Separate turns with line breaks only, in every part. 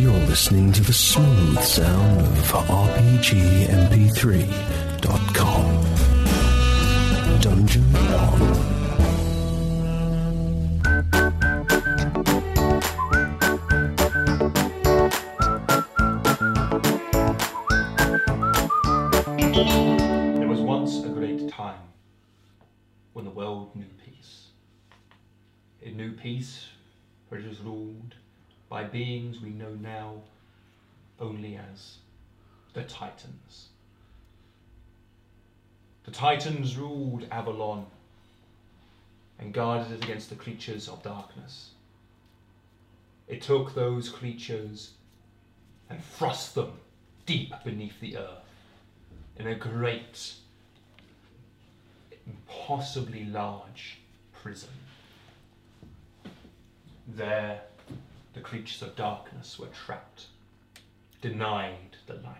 You're listening to the smooth sound of RPGMP3.com. Dungeon On.
There was once a great time when the world knew peace. It knew peace, for it was ruled by beings we know now only as the Titans. The Titans ruled Avalon and guarded it against the creatures of darkness. It took those creatures and thrust them deep beneath the earth in a great, impossibly large prison. There, the creatures of darkness were trapped, denied the light.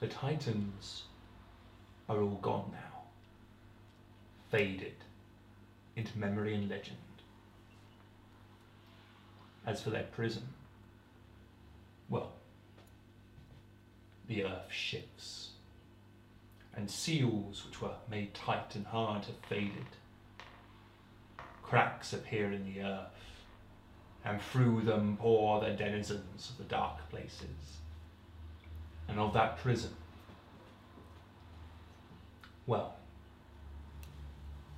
The Titans are all gone now, faded into memory and legend. As for their prison, well, the earth shifts, and seals which were made tight and hard have faded. Cracks appear in the earth, and through them pour the denizens of the dark places, and of that prison. Well,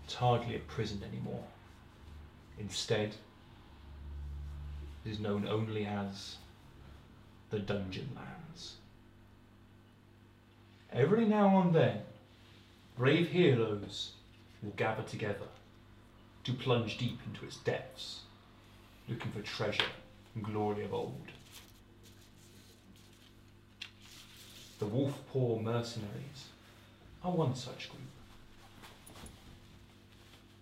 it's hardly a prison anymore. Instead, it is known only as the Dungeon Lands. Every now and then, brave heroes will gather together to plunge deep into its depths, looking for treasure and glory of old. The Wolf Paw mercenaries are one such group.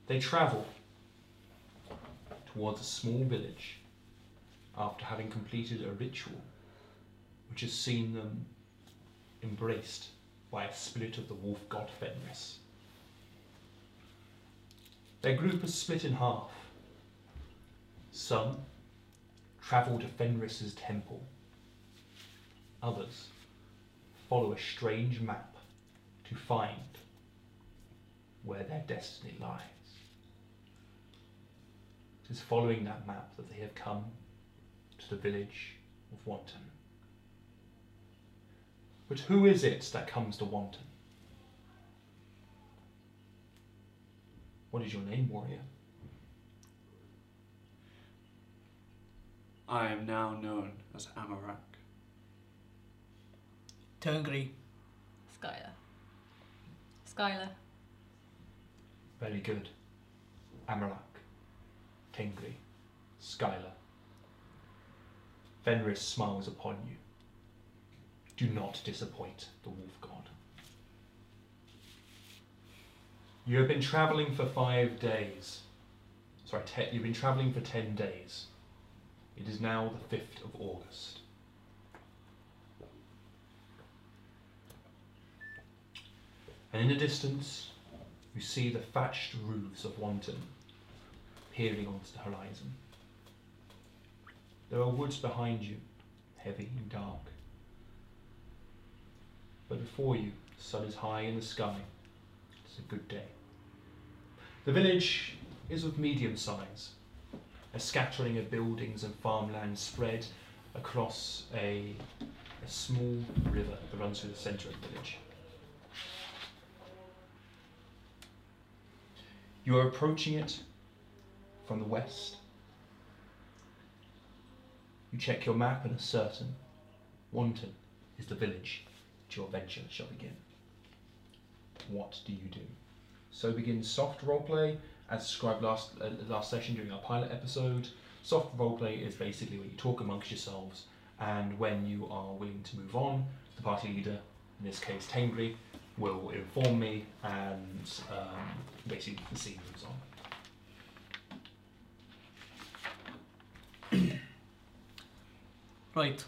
They travel towards a small village after having completed a ritual which has seen them embraced by a spirit of the wolf god Fenris. Their group is split in half. Some travel to Fenris's temple. Others follow a strange map to find where their destiny lies. It is following that map that they have come to the village of Wanton. But who is it that comes to Wanton? What is your name, warrior?
I am now known as Amarak.
Tungri.
Skylar. Skylar.
Very good. Amarak, Tengri, Skylar. Fenris smiles upon you. Do not disappoint the wolf god. You have been traveling for five days. Sorry, te- you've been traveling for ten days. It is now the 5th of August. And in the distance, you see the thatched roofs of Wanton peering onto the horizon. There are woods behind you, heavy and dark. But before you, the sun is high in the sky. It's a good day. The village is of medium size, a scattering of buildings and farmland spread across a, a small river that runs through the centre of the village. You are approaching it from the west. You check your map and ascertain Wanton is the village that your venture shall begin. What do you do? So begins soft roleplay, as described last uh, last session during our pilot episode. Soft roleplay is basically where you talk amongst yourselves, and when you are willing to move on, the party leader, in this case Tengri, will inform me, and um, basically the scene moves on.
Right.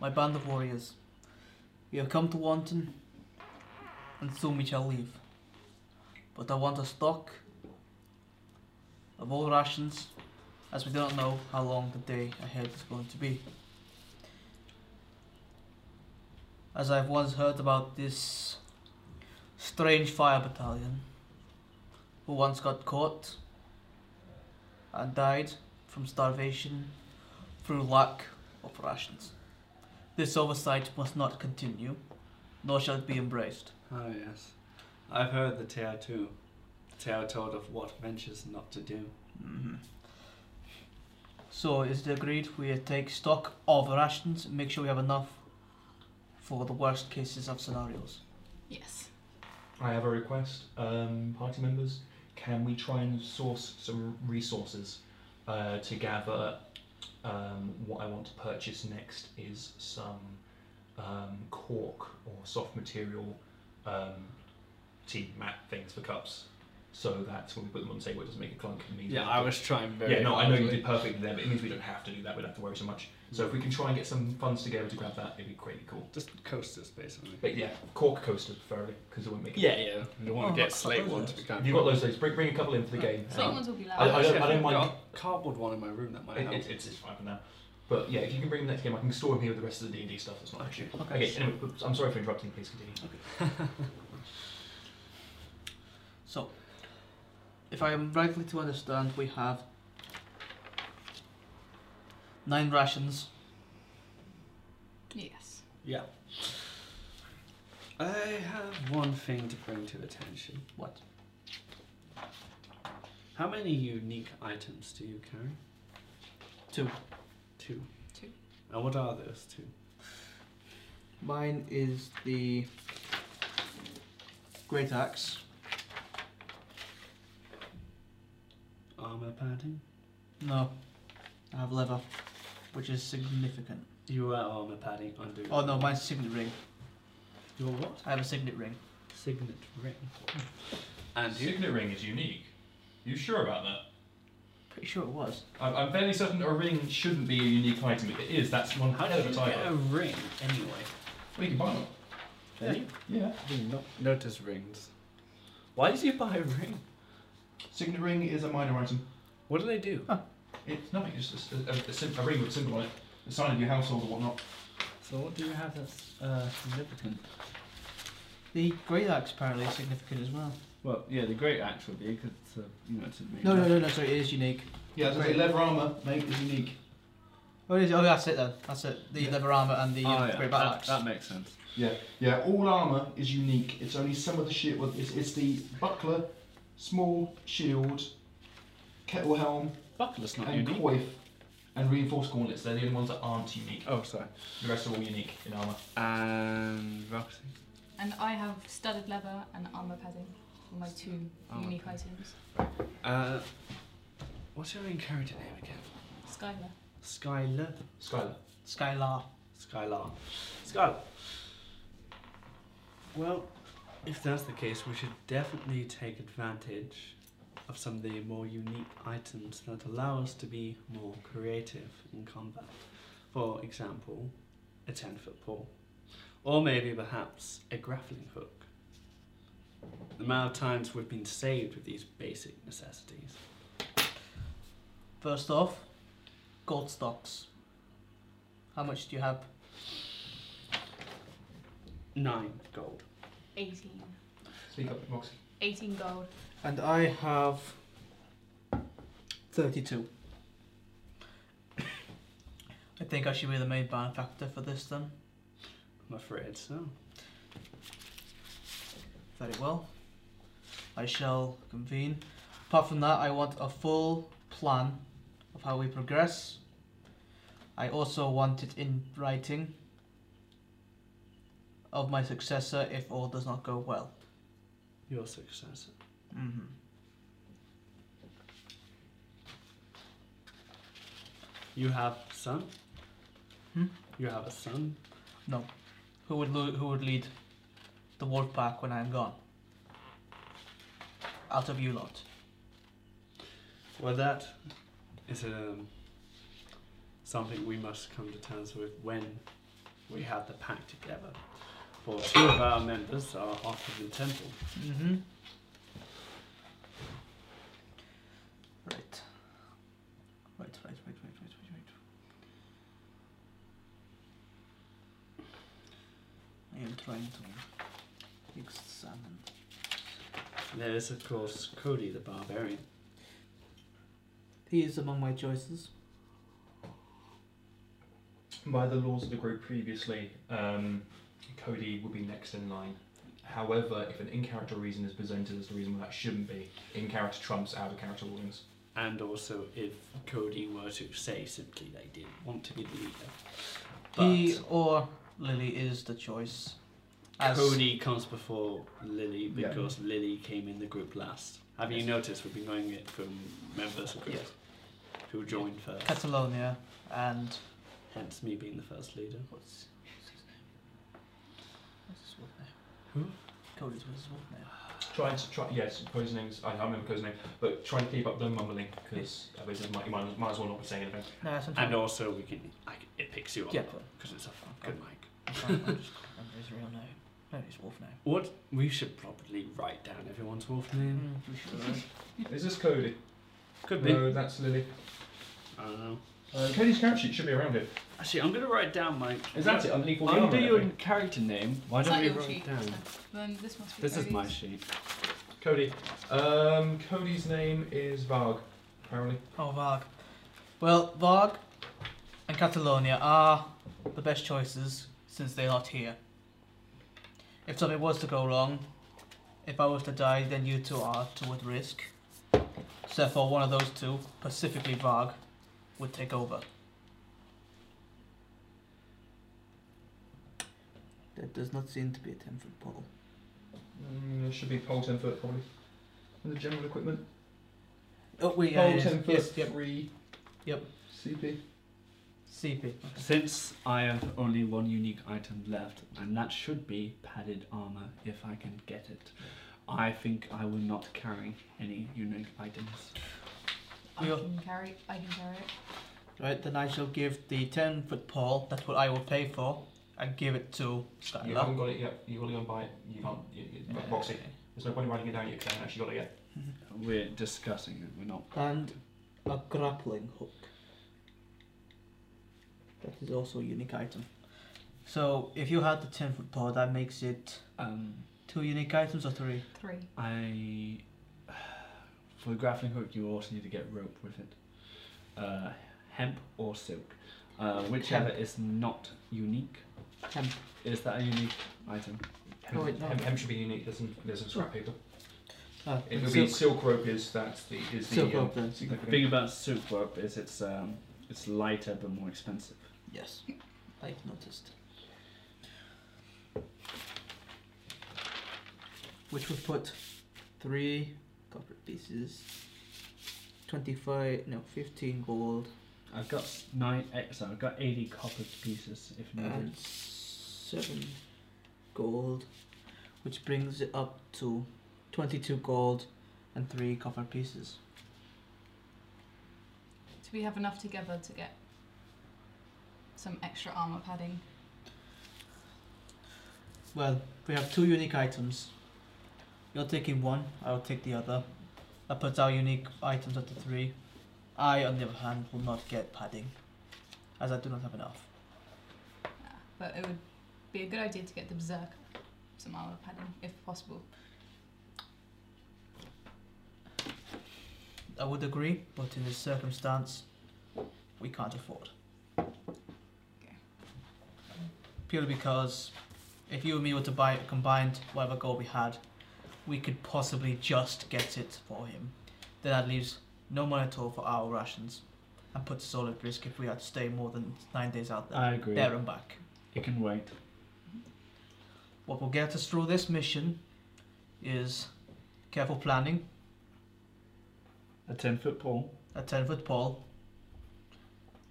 My band of warriors. We have come to Wanton, and soon we shall leave. But I want a stock of all rations, as we don't know how long the day ahead is going to be. As I've once heard about this strange fire battalion who once got caught and died from starvation through lack of rations. This oversight must not continue, nor shall it be embraced.
Oh, yes. I've heard the tale too. The tale told of what ventures not to do.
Mhm. So is it agreed we take stock of rations, make sure we have enough for the worst cases of scenarios?
Yes.
I have a request, um, party members. Can we try and source some resources uh, to gather? Um, what I want to purchase next is some um, cork or soft material um, tea mat things for cups, so that when we put them on the table, it doesn't make a clunk. and means we
Yeah,
don't
I
do-
was trying very
Yeah, no, I know you
hardly.
did perfectly there, but it means we don't have to do that. We don't have to worry so much. So if we can try and get some funds together to grab that, it'd be crazy cool.
Just coasters, basically.
But yeah, cork coasters preferably, because it won't make. it-
Yeah, yeah. You don't
Oh,
want to get
that's-
slate
those are
ones.
nice.
we can't
Have you got
find.
those days? Bring, bring a couple in for the game.
Sweet
Um,
ones will be
I-
loud.
I don't- I don't
I've
mind-
got a cardboard one in my room that might
it,
help.
Um, it, it's, it's fine for now. But yeah, if you can bring them next game, I can store them here with the rest of the D and D stuff. That's not an issue.
Okay.
Okay. Anyway, oops, I'm sorry for interrupting. Please continue.
So, if I am rightly to understand, we have nine rations.
Yes.
Yeah. I have one thing to bring to attention.
What?
How many unique items do you carry?
Two.
Two.
Two.
And what are those two?
Mine is the great axe.
Armor padding?
No, I have leather, which is significant.
You wear armor padding under.
Oh no, mine's signet ring.
Your what?
I have a signet ring.
Signet ring. And you?
Signet ring is unique. You sure about that?
Pretty sure it was.
I'm, I'm fairly certain a ring shouldn't be a unique item. If it is, that's one
How
hell of
did
a
you
title.
get a ring anyway?
Well, you can buy one.
Did you?
Yeah.
I did not notice rings. Why did you buy a ring?
Signet ring is a minor item.
What do they do?
It's nothing. It's just a, a, a, sim- a ring with a symbol on it, the sign of your household or whatnot.
So what do you have that's uh, significant?
The great axe apparently is significant as well.
Well, yeah, the great axe would be because it's a, you know it's a Oh,
No, no, no, no. Sorry, it is unique.
Yeah, as I say, leather armor, mate, is unique.
Oh, it is, oh, that's it then. That's it. The leather armor and the
Oh,
uh,
yeah,
great battle
that,
axe.
that makes sense.
Yeah, yeah. All armor is unique. It's only some of the shit. Well, it's, it's the buckler, small shield, kettle helm,
Buckler's not
and
unique.
coif, and reinforced gauntlets. They're the only ones that aren't unique.
Oh, sorry.
The rest are all unique in armor.
And Roxy.
And I have studded leather and armor padding. for My two
Armor
unique
padding.
items.
Uh, what's your main character name again?
Skylar.
Skylar.
Skylar.
Skylar.
Skylar. Skylar. Well, if that's the case, we should definitely take advantage of some of the more unique items that allow us to be more creative in combat. For example, a 10 foot pole. Or maybe perhaps a grappling hook. The amount of times we've been saved with these basic necessities.
First off, gold stocks. How much do you have?
Nine gold.
18.
Speak up, Moxie.
18 gold.
And I have 32. I think I should be the main benefactor for this then.
I'm afraid so.
Very well. I shall convene. Apart from that, I want a full plan of how we progress. I also want it in writing of my successor if all does not go well.
Your successor.
Mm-hmm.
You have a son?
Hmm?
You have a son?
Who would lo- who would lead the wolf pack when I am gone? Out of you lot.
Well, that is um, something we must come to terms with when we have the pack together. For two of our members are off to the temple.
Mm-hmm. Right. trying to examine.
There is, of course, Cody the Barbarian.
He is among my choices.
By the laws of the group previously, um, Cody would be next in line. However, if an in character reason is presented as the reason why that shouldn't be, in character trumps out of character rulings.
And also, if Cody were to say simply they didn't want to be the leader. But
He or Lily is the choice. As
Cody comes before Lily
Yeah.
because Lily came in the group last. Have you
Yes.
noticed we've been going it from members of groups who joined first?
Catalonia and
Hence me being the first leader.
what's, what's his name? What's his wolf
Who?
name? Cody's what's his wolf name?
Trying to try, yes, Cody's name's, I can't remember Cody's name, but trying to keep up the mumbling, because otherwise you might, you might, might as well not be saying anything.
No, that's
And also, we can I can, it picks you up
Yeah.
because it's a good mic.
I can't remember his- remember his real name. No, his wolf name.
What we should probably write down everyone's wolf name.
Mm, we should have.
Is this Cody?
Could be.
No, that's Lily.
I don't know.
Uh, Cody's character sheet should be around here.
Actually, I'm gonna write down my.
Is that it? Underneath all the
Under
armor and
your
everything? character name. Why
It's
don't
not
we
your
write
sheet.
it down?
so Then this must be
This is my
Cody's.
sheet.
Cody. Um, Cody's name is Varg, apparently.
Oh, Varg. Well, Varg and Catalonia are the best choices since they're not here. If something was to go wrong, if I was to die, then you two are two at risk. So for one of those two, specifically Varg, would take over. That does not seem to be a 10 foot pole.
Mm, it should be pole 10 foot, probably. And the general equipment.
Oh, we
Pole
uh,
10 foot,
yes, yep,
3.
Yep.
CP.
CP.
Since I have only one unique item left, and that should be padded armor if I can get it, I think I will not carry any unique items.
I
Yeah.
can carry it. I can carry it.
Right, then I shall give the 10 foot pole, that's what I will pay for, and give it to Skylar.
You haven't got it yet. You've got to go and buy it. You can't. You, you,
Uh,
Roxy. There's no point in writing it down yet 'cause I haven't actually got it yet.
We're discussing it, we're not.
And a grappling hook. That is also a unique item. So if you had the 10 foot pole, that makes it
Um,
two unique items or three?
Three.
I. For the grappling hook, you also need to get rope with it. Uh, hemp or silk. Uh, whichever is not unique.
Hemp.
Is that a unique item?
Hem,
Oh, wait, no.
hem, hem should be unique. There's some, there's some scrap paper.
Uh,
It would be
silk,
silk rope. Is that's the is the
silk
um,
rope then.
The
significant-
thing about silk rope is it's um, it's lighter but more expensive.
Yes, I've noticed. Which would put three copper pieces, 25, no, 15 gold,
I've got nine. eh, So I've got eighty copper pieces if
Uh,
needed.
and seven gold, which brings it up to 22 gold and three copper pieces.
Do we have enough together to get some extra armor padding?
Well, we have two unique items. You're taking one, I'll take the other. That puts our unique items at the three. I, on the other hand, will not get padding, as I do not have enough.
Nah, But it would be a good idea to get the berserker some armor padding if possible.
I would agree, but in this circumstance, we can't afford. Purely because if you and me were to buy combined whatever gold we had, we could possibly just get it for him. Then that leaves no money at all for our rations and puts us all at risk if we had to stay more than nine days out there,
I agree.
there and back.
It can wait.
What will get us through this mission is careful planning,
A ten foot pole.
a 10 foot pole,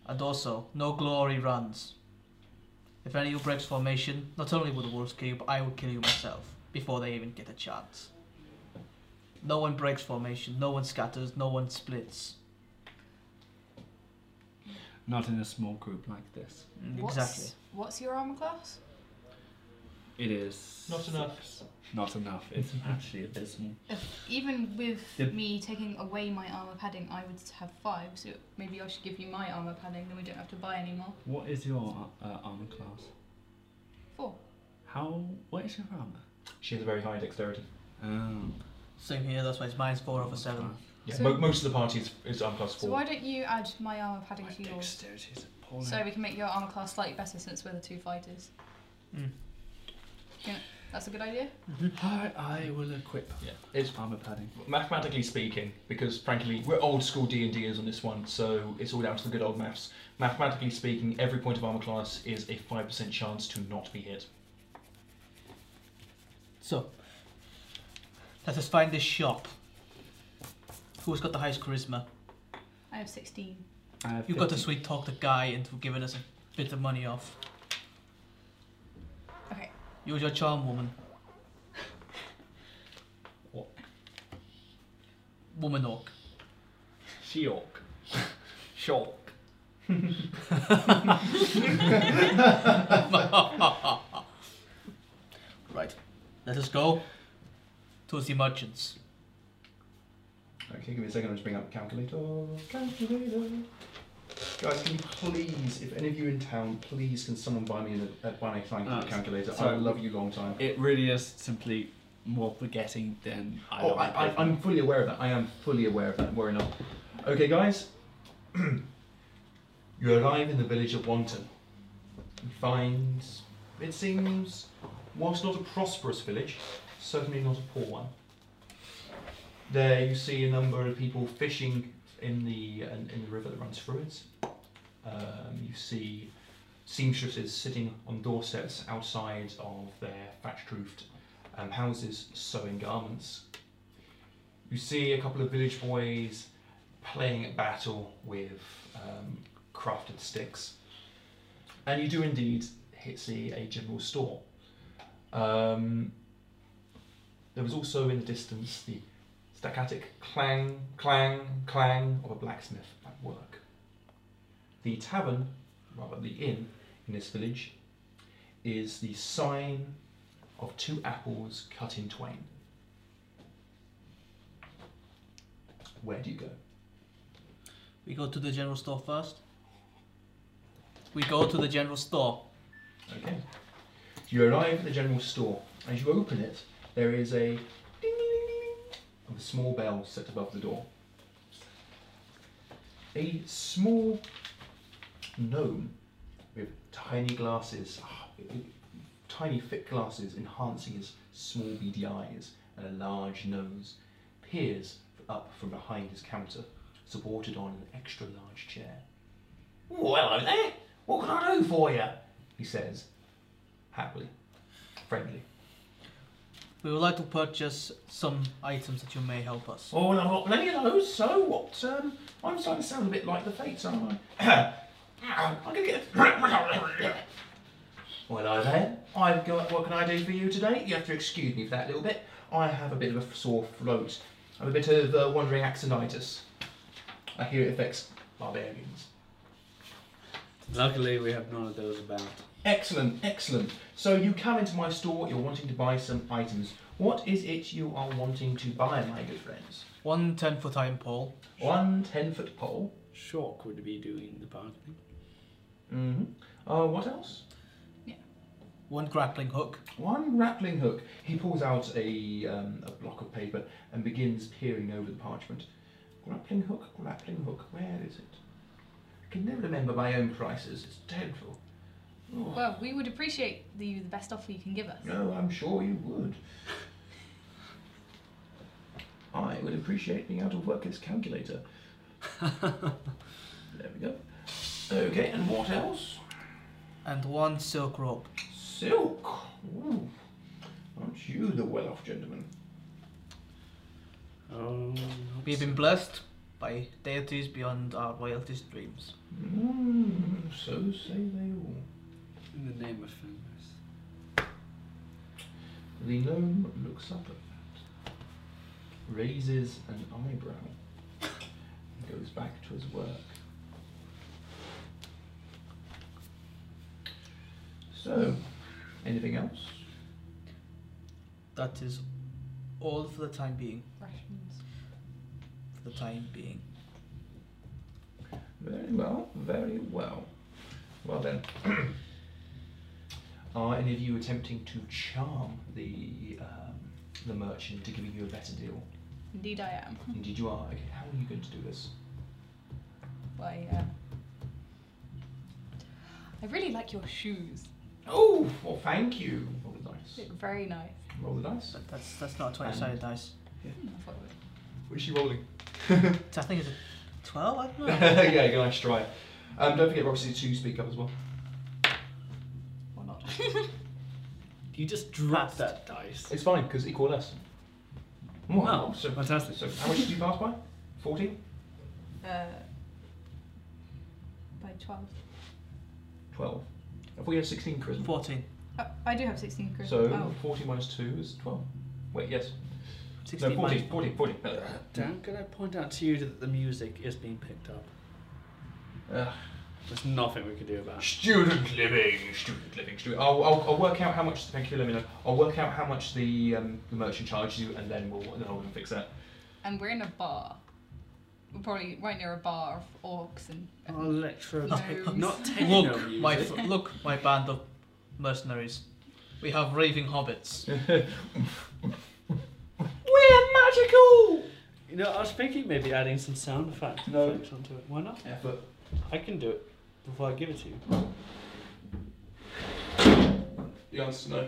and also no glory runs. If any of you breaks formation, not only will the wolves kill you, but I will kill you myself before they even get a chance. No one breaks formation, no one scatters, no one splits.
Not in a small group like this.
Mm,
What's,
Exactly.
What's your armor class?
It is
Not enough.
six. Not enough. It's actually abysmal.
If, even with
Yep.
me taking away my armor padding, I would have five. So maybe I should give you my armor padding, then we don't have to buy any more.
What is your uh, armor class?
Four.
How? What is your armor?
She has a very high dexterity.
Oh,
Same here, that's why it's minus four over seven.
Yeah,
So-
mo- most of the party is, is on plus
So
four.
why don't you add my armor padding
my
to yours?
dexterity is appalling.
So we can make your armor class slightly better since we're the two fighters.
Mm.
Yeah, that's a good idea.
I, I will equip
yeah, it's
armor padding.
mathematically speaking, because frankly we're old school D and Ders on this one, so it's all down to the good old maths. Mathematically speaking, every point of armor class is a five percent chance to not be hit.
So, let us find this shop. Who's got the highest charisma?
I have 16.
I have
You've got to
50.
sweet talk the guy into giving us a bit of money off.
Okay.
Use your charm, woman.
What?
Woman orc.
Sheork. Shork.
Right. Let us go to the merchants.
Okay, give me a second. I'll just bring up calculator. Calculator. Guys, can you please, if any of you in town, please can someone buy me an, uh, buy me a flank
Oh,
calculator?
sorry.
I will love you long time.
It really is simply more forgetting than I.
oh,
don't
I,
like
I, I'm fully aware of that. I am fully aware of that. Worry not. Okay, guys. you arrive in the village of Wanton. You find, it seems, whilst not a prosperous village, certainly not a poor one. There you see a number of people fishing in the in, in the river that runs through it. Um, you see seamstresses sitting on doorsteps outside of their thatched roofed um, houses sewing garments. You see a couple of village boys playing at battle with um, crafted sticks. And you do indeed hit see a general store. Um, there was also in the distance the staccatic clang, clang, clang of a blacksmith at work. The tavern, rather the inn in this village, is the sign of two apples cut in twain. Where do you go?
We go to the general store first. We go to the general store.
Okay. You arrive at the general store. As you open it, there is a ding ding ding ding of a small bell set above the door. A small gnome with tiny glasses, ah, tiny thick glasses enhancing his small beady eyes and a large nose, peers up from behind his counter, supported on an extra large chair. "Oh, hello there! What can I do for you? he says, happily, friendly.
We would like to purchase some items that you may help us.
Oh, well, I've got plenty of those, so what? Um, I'm starting to sound a bit like the Fates, aren't I? I'm gonna get. well, I there. I've got. What can I do for you today? You have to excuse me for that little bit. I have a bit of a sore throat. I'm a bit of uh, wandering axonitis. I hear it affects barbarians.
Luckily, we have none of those about.
Excellent, excellent. So you come into my store. You're wanting to buy some items. What is it you are wanting to buy, my good friends?
One ten foot iron pole.
One 10 foot pole.
Shork would be doing the bargaining.
hmm Uh, what else?
One grappling hook.
One grappling hook. He pulls out a, um, a block of paper and begins peering over the parchment. Grappling hook, grappling hook, where is it? I can never remember my own prices, it's dreadful. Oh,
Well, we would appreciate the, the best offer you can give us.
no, I'm sure you would. I would appreciate being able to work this calculator. there we go. Okay, and what else?
And one silk rope.
Silk. Ooh. Aren't you the well-off gentleman?
Um,
Oh,
We've been blessed by deities beyond our wildest dreams.
Mm, so say they all.
in the name of Fenris.
The gnome looks up at that, raises an eyebrow, and goes back to his work. So, anything else?
That is all for the time being.
Rations.
For the time being.
Very well, very well. Well then, Are any of you attempting to charm the um, the merchant into giving you a better deal?
Indeed, I am.
Indeed, you are. Okay, how are you going to do this?
Why, uh, I really like your shoes.
Oh, well, thank you. Roll the dice.
They look very nice.
Roll the dice.
That, that's that's not a twenty sided dice.
Hmm, I thought it would-
What is she rolling?
So I think it's a twelve. I don't know.
yeah, nice try. Um, don't forget, obviously, to speak up as well.
Or not.
You just dropped that
Passed.
dice.
It's fine because equal less. Wow.
Wow,
so,
fantastic.
so how much did you pass by? Fourteen.
uh, by 12.
12. If we have 16 charisma.
Fourteen.
Oh, I do have 16 charisma.
So
oh,
40 minus 2 is 12. Wait, yes.
Sixteen.
no, 14, 14, 14. Ugh.
Dan, can I point out to you that the music is being picked up?
Ugh.
There's nothing we can do about it.
Student living, student living, student. I'll, I'll, I'll work out how much. Thank you, let me know. I'll work out how much the, um, the merchant charges you, and then we'll then I'll fix that.
and we're in a bar. We're probably right near a bar of orcs and.
Our lecturer
No.
picked- not techno
Look, my
music.
look, my band of mercenaries. We have raving hobbits.
We're magical.
You know, I was thinking maybe adding some sound effect
No.
effects onto it. Why not?
Effort.
I can do it before I give it to you.
The answer's no.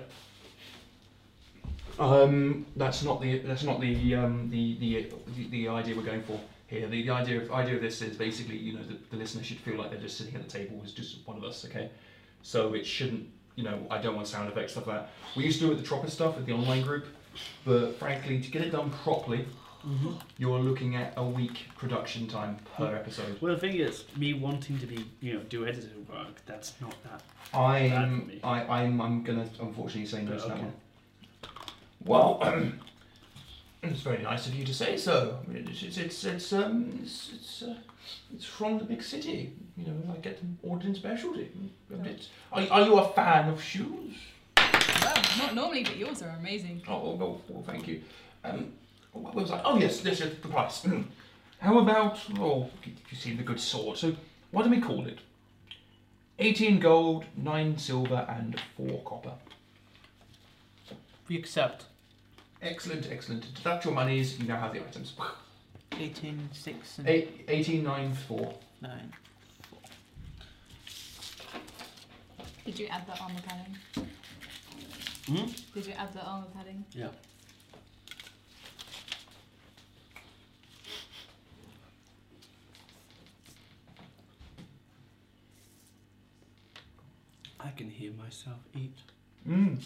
Um, that's not the that's not the um, the, the the the idea we're going for here. The, the idea of idea of this is basically you know the, the listener should feel like they're just sitting at the table as just one of us. Okay, so it shouldn't you know I don't want sound effects stuff like that. We used to do it with the Tropper stuff with the online group, but frankly to get it done properly, you're looking at a week production time per episode.
Well, the thing is, me wanting to be, you know, do editing work, that's not that.
I'm
me.
I, I'm I'm gonna unfortunately say no to that
Okay.
one. Well, it's very nice of you to say so. I mean, It's it's it's it's um it's it's, uh, it's from the big city. You know, I get them ordered in specialty. And it's- are, are you a fan of shoes?
Well, not normally, but yours are amazing.
Oh well, well, well, thank you. Um, what was I? Oh yes, this is the price. How about oh, you seem the good sort. So what do we call it? Eighteen gold, nine silver, and four copper.
We accept.
Excellent, excellent. Deduct your monies, you now have the items.
Eighteen, six, and
Eight, 1894.
nine.
Did you add that armor padding?
Hmm?
Did you add that armor padding?
Yeah. I can hear myself eat.
Mm.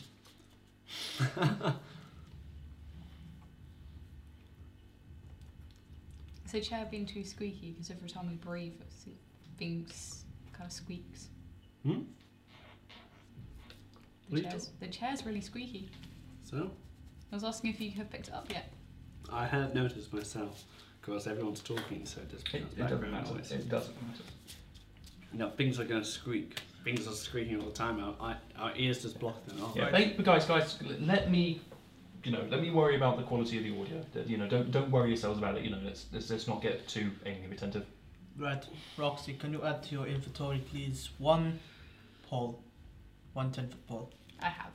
Has the chair been too squeaky? Because every time we breathe, it's- it things kind of squeaks.
Hmm?
The
What are you
chair's, the chair's really squeaky.
So,
I was asking if you have picked it up yet.
I have noticed myself, because everyone's talking, so it just
It,
becomes
it doesn't
background
matter.
noise.
It doesn't matter.
No, things are going to squeak. Things are squeaking all the time. Our, our- our ears just block them off.
Yeah. Hey, but guys, guys, l- let me, you know, let me worry about the quality of the audio. That, You know, don't don't worry yourselves about it. You know, let's let's, let's not get too inattentive.
Right, Roxy, can you add to your inventory, please, one pole, one ten foot pole?
I have.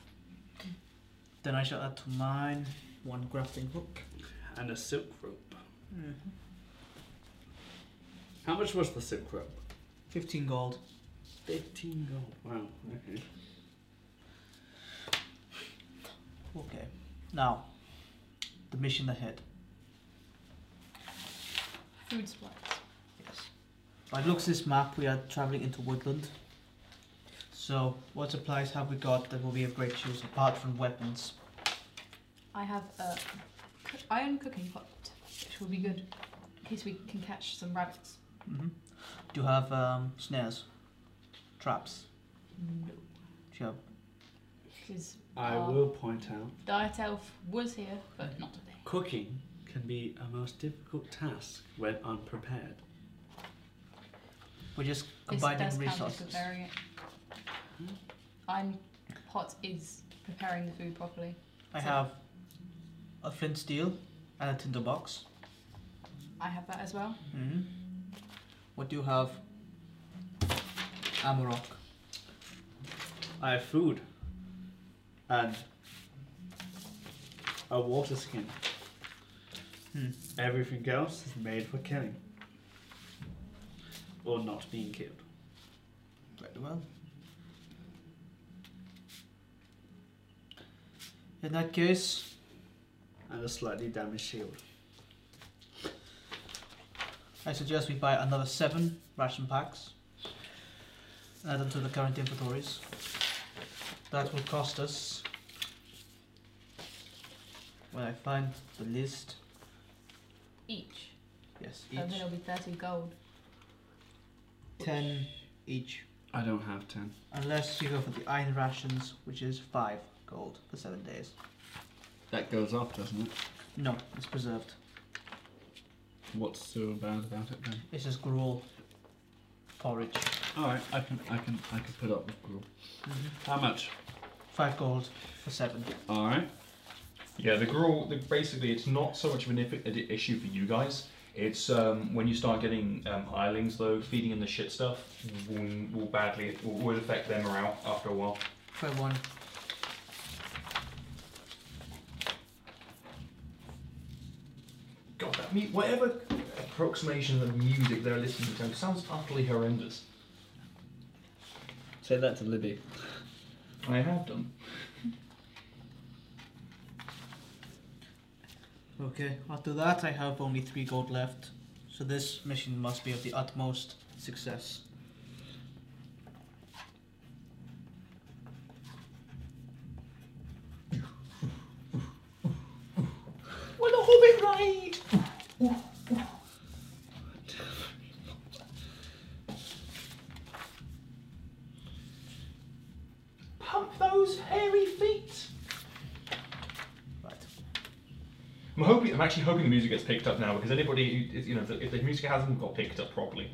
Then I shall add to mine one grafting hook.
And a silk rope. Mm-hmm. How much was the silk rope?
Fifteen gold.
15 gold. Wow. Okay.
Okay. Now, the mission ahead.
Food supplies.
Yes. By the looks of this map, we are traveling into woodland. So, what supplies have we got that will be of great use apart from weapons?
I have a co- iron cooking pot, which will be good in case we can catch some rabbits.
hmm Do you have um, snares, traps?
No,
Do you have
because
I
Uh,
will point out
diet elf was here,
Mm-hmm.
but not today.
cooking can be a most difficult task when unprepared.
We're just
This
combining
does count as
resources.
preparing it.
Hmm?
Iron pot is preparing the food properly.
I
So-
have a flint steel and a tinder box.
I have that as well.
Mm-hmm. What do you have? Amarok.
I have food.
and a water skin.
Hmm.
Everything else is made for killing or not being killed.
Very well. In that case,
and a slightly damaged shield.
I suggest we buy another seven ration packs. Add them to the current inventories. That will cost us. When I find the list,
Each.
yes,
And then
each
it'll be 30 gold.
ten each,
I don't have ten.
unless you go for the iron rations, which is five gold for seven days.
That goes up, doesn't it?
No, it's preserved.
What's so bad about it then?
It's just gruel porridge.
All right, I can, I can, I can put up with gruel.
Mm-hmm.
How much?
Five gold for seven.
All right.
Yeah, the gruel. The, basically, it's not so much of an if- an issue for you guys. It's um, when you start getting um, hirelings, though, feeding them the shit stuff will, will badly will, will affect their morale after a while.
Try one.
God, that mu- whatever approximation of the music they're listening to sounds utterly horrendous.
Say that to Libby.
I have done.
Okay, after that I have only three gold left, so this mission must be of the utmost success.
Well, the Hobbit ride. Pump those hairy feet.
Right.
I'm hoping. I'm actually hoping the music gets picked up now because anybody, who, you know, if the- if the music hasn't got picked up properly,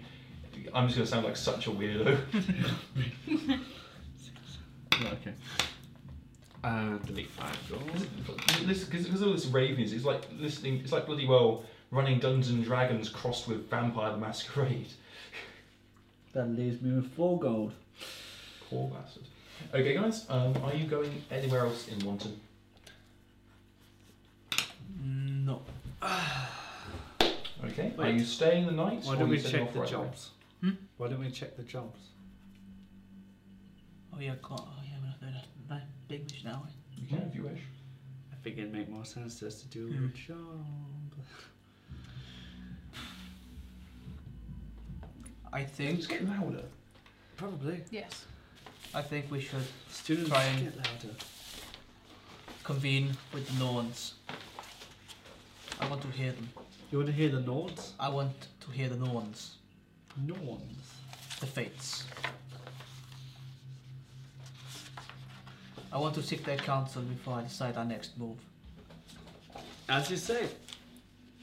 I'm just gonna sound like such a weirdo.
Okay. And the big five gold.
Because all this rave music, it's like listening. It's like bloody well running Dungeons and Dragons crossed with Vampire the Masquerade.
That leaves me with four gold.
Poor bastard. Okay, guys. Um, are you going anywhere else in Wanton?
No.
Okay. Are
Wait.
you staying the night?
Why
or
don't
are you
we
setting
check
off
the
right away?
jobs?
Hmm?
Why don't we check the jobs?
Oh yeah, go- oh yeah, we're not doing a a big mission now. eh?
You can if you wish.
I think it'd make more sense just to do
Hmm.
a job.
I think
Just get louder.
Probably.
Yes.
I think we should
Students
Try and-
get louder.
convene with the Norns. I want to hear them.
You want to hear the Nords?
I want to hear the Norns,
Norns.
the Fates. I want to seek their counsel before I decide our next move.
As you say,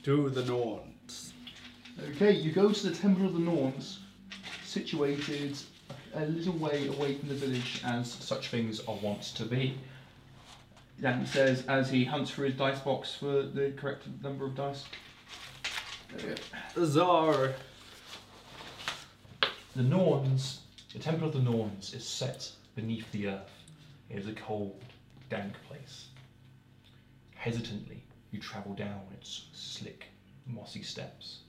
do the Norns.
Okay, you go to the Temple of the Norns, situated a little way away from the village, as such things are wont to be. Dan says as he hunts for his dice box for the correct number of dice. There we go.
Czar.
The Norns, the Temple of the Norns, is set beneath the earth. It is a cold, dank place. Hesitantly, you travel down its slick, mossy steps.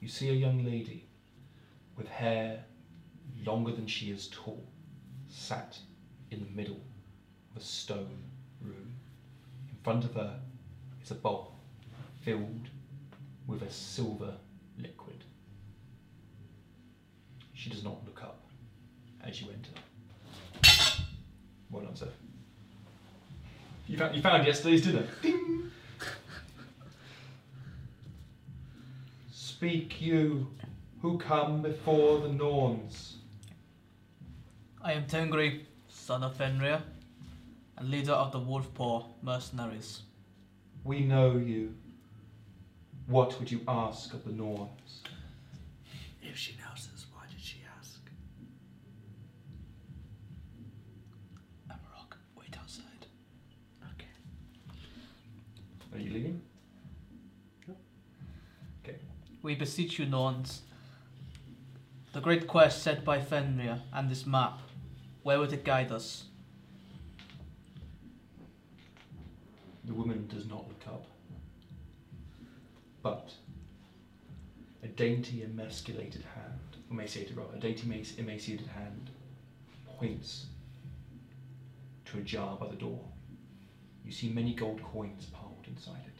You see a young lady with hair longer than she is tall, sat in the middle of a stone room. In front of her is a bowl filled with a silver liquid. She does not look up as you enter. Well done, sir. You found, you found yesterday's dinner. Ding! Speak you who come before the Norns.
I am Tengri, son of Fenrir, and leader of the Wolf Paw mercenaries.
We know you. What would you ask of the Norns?
If she knows this, why did she ask?
Amarok, wait outside.
Are you leaving?
We beseech you, Norns. The great quest set by Fenrir and this map, where would it guide us?
The woman does not look up. But a dainty emasculated hand, emaciated rather, a dainty emaci- emaciated hand points to a jar by the door. You see many gold coins piled inside it.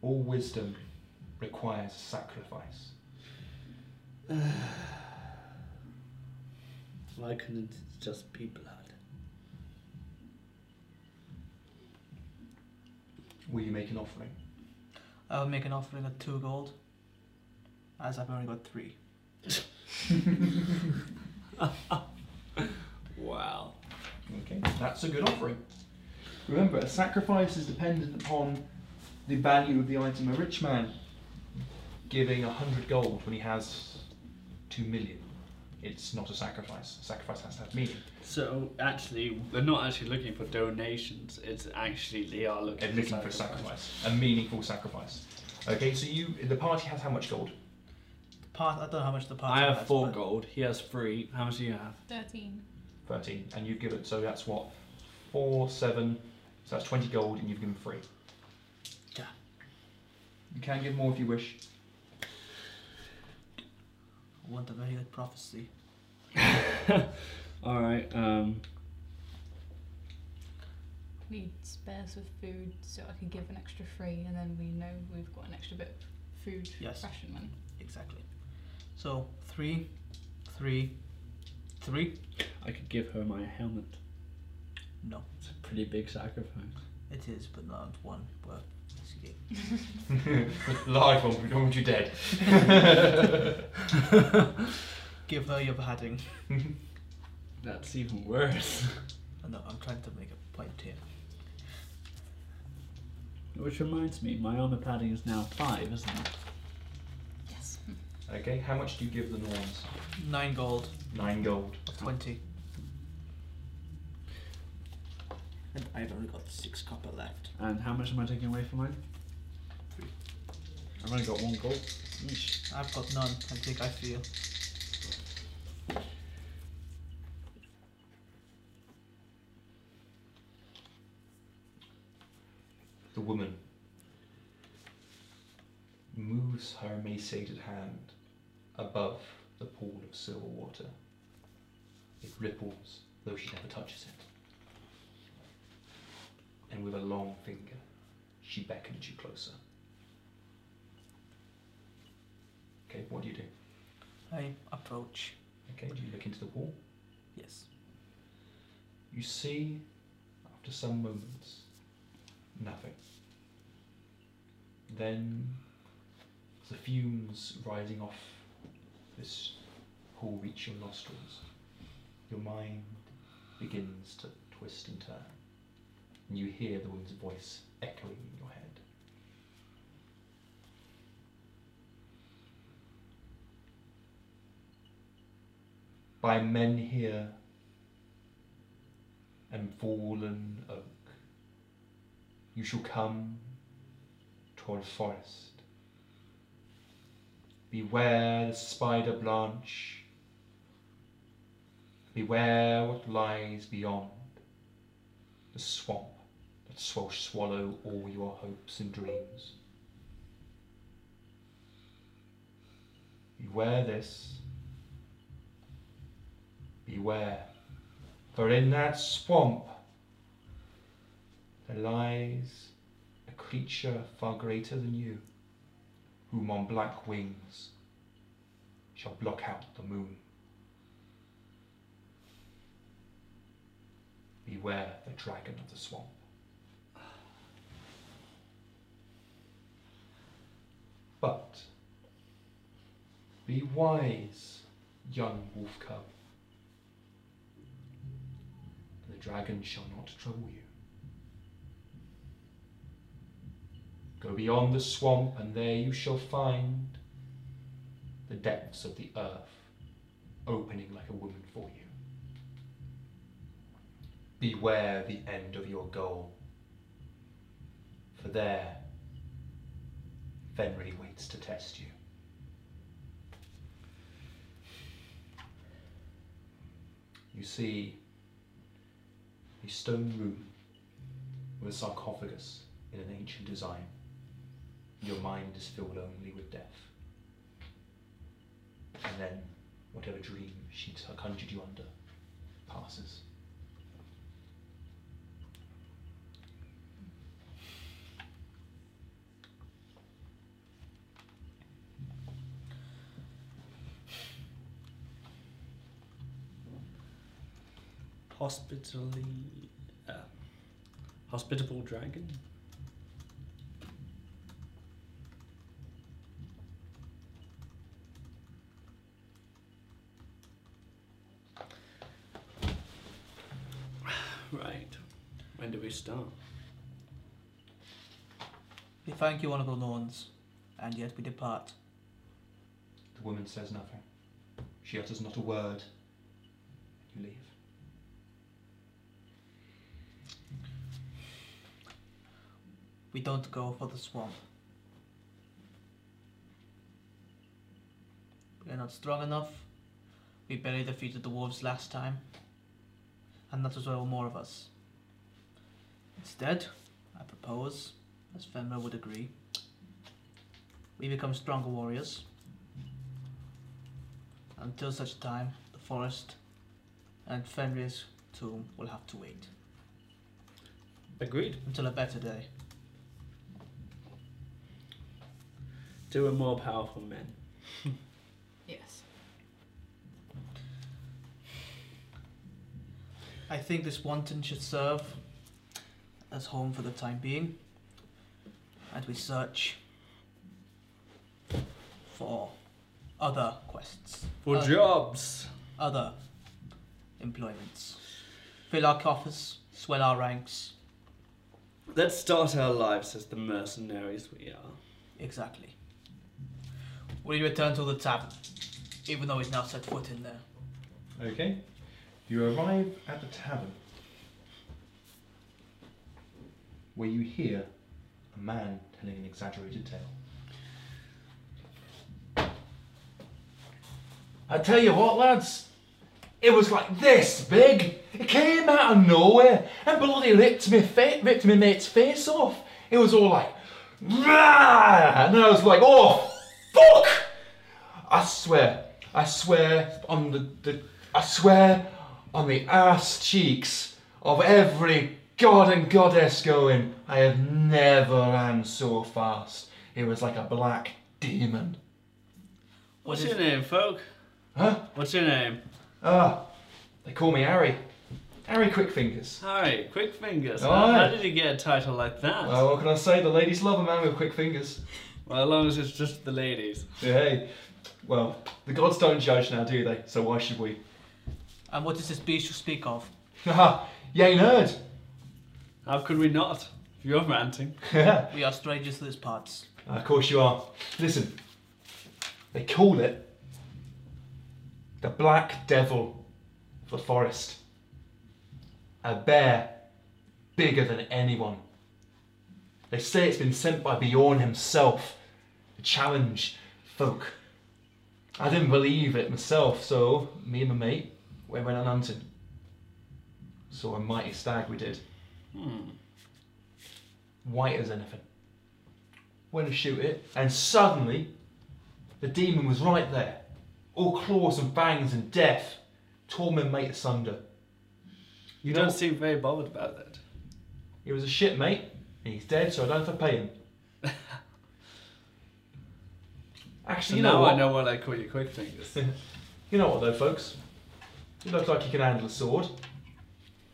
All wisdom requires sacrifice.
Why couldn't it just be blood?
Will you make an offering?
I will make an offering at two gold, as I've only got three.
Wow.
Okay, that's a good offering. Remember, a sacrifice is dependent upon the value of the item. A rich man giving a hundred gold when he has two million, it's not a sacrifice. sacrifice has to have meaning.
So actually, they're not actually looking for donations. It's actually they are looking
And looking for a sacrifice, a meaningful sacrifice. Okay, so you, the party has how much gold?
The part I don't know how much the part.
I have four gold. He has three. How much do you have?
13.
Thirteen, and you've given. So that's what four, seven. So that's twenty gold, and you've given three.
Yeah.
You can give more if you wish.
I want a very good prophecy.
All right. Um.
Need spares with food so I can give an extra free and then we know we've got an extra bit of food
Yes.
ration money.
Exactly. So three, three, three.
I could give her my helmet.
No,
It's a pretty big sacrifice.
it is, but not one. But it's okay.
Live one, we don't want you dead.
give her your padding.
That's even worse.
Oh, No, I'm trying to make a point here.
Which reminds me, my armor padding is now five, isn't it?
Yes.
Okay, how much do you give the Norns?
Nine gold
Nine gold.
of twenty. And I've only got six copper left.
And how much am I taking away from mine?
Three.
I've only got one gold.
I've got none. I think I feel.
The woman moves her emaciated hand above the pool of silver water. It ripples, though she never touches it. And with a long finger, she beckons you closer. Okay, what do you do?
I approach.
Okay, do you look into the pool?
Yes.
You see, after some moments, nothing. Then the fumes rising off this pool reach your nostrils. Your mind begins to twist and turn, and you hear the wind's voice echoing in your head. By men here and fallen oak. You shall come toward forest. Beware the spider Blanche. Beware what lies beyond the swamp that shall swallow all your hopes and dreams. Beware this. Beware for in that swamp there lies a creature far greater than you, whom on black wings shall block out the moon. Beware the dragon of the swamp. But be wise, young wolf cub the dragon shall not trouble you. Go beyond the swamp, and there you shall find the depths of the earth opening like a woman for you. Beware the end of your goal, for there Fenry waits to test you. you see a stone room with a sarcophagus in an ancient design. Your mind is filled only with death. And then whatever dream she's conjured you under passes.
Hospitally, uh, hospitable dragon. Right. When do we start?
We thank you, honourable lords, and yet we depart.
The woman says nothing. She utters not a word. You leave.
We don't go for the swamp. We are not strong enough. We barely defeated the wolves last time, and that was well more of us. Instead, I propose, as Femra would agree, we become stronger warriors. Until such time, the forest and Fenrir's tomb will have to wait
Agreed.
until a better day.
Two are more powerful men.
Yes.
I think this wanton should serve as home for the time being, and we search for other quests,
For
Uh,
jobs.
other employments. Fill our coffers, swell our ranks.
Let's start our lives as the mercenaries we are.
Exactly. We return to the tavern, even though he's now set foot in there.
Okay. You arrive at the tavern where you hear a man telling an exaggerated tale. I tell you what, lads, it was like this big. It came out of nowhere and bloody ripped me, fa- ripped me mate's face off. It was all like, "Rah!" and I was like, oh, fuck! I swear, I swear on the, the I swear on the ass cheeks of every god and goddess going, I have never ran so fast. It was like a black demon.
What's
is-
your name, folk?
Huh?
What's your name?
Ah, they call me Harry. Harry Quickfingers.
Hi, quick fingers.
All
How, how
right.
did you get a title like that?
Well, what can I say? The ladies love a man with quick fingers.
well, as long as it's just the ladies.
Hey, well, the gods don't judge now, do they? So why should we?
And what is this beast you speak of?
Haha, yay nerd.
How could we not? If you're ranting.
We are strangers to these parts.
Uh, of course you are. Listen, they call it the Black Devil of the Forest. A bear bigger than anyone. They say it's been sent by Bjorn himself to challenge folk. I didn't believe it myself, so me and my mate, we went on hunting. Saw a mighty stag we did,
Hmm.
white as anything went to shoot it, and suddenly the demon was right there, all claws and fangs and death, tore my mate asunder.
You don't seem very bothered about that.
He was a shit mate, and he's dead, so I don't have to pay him.
So
Actually, you
now
know what?
I know why I call you quick fingers.
You know what though, folks? You look like you can handle a sword.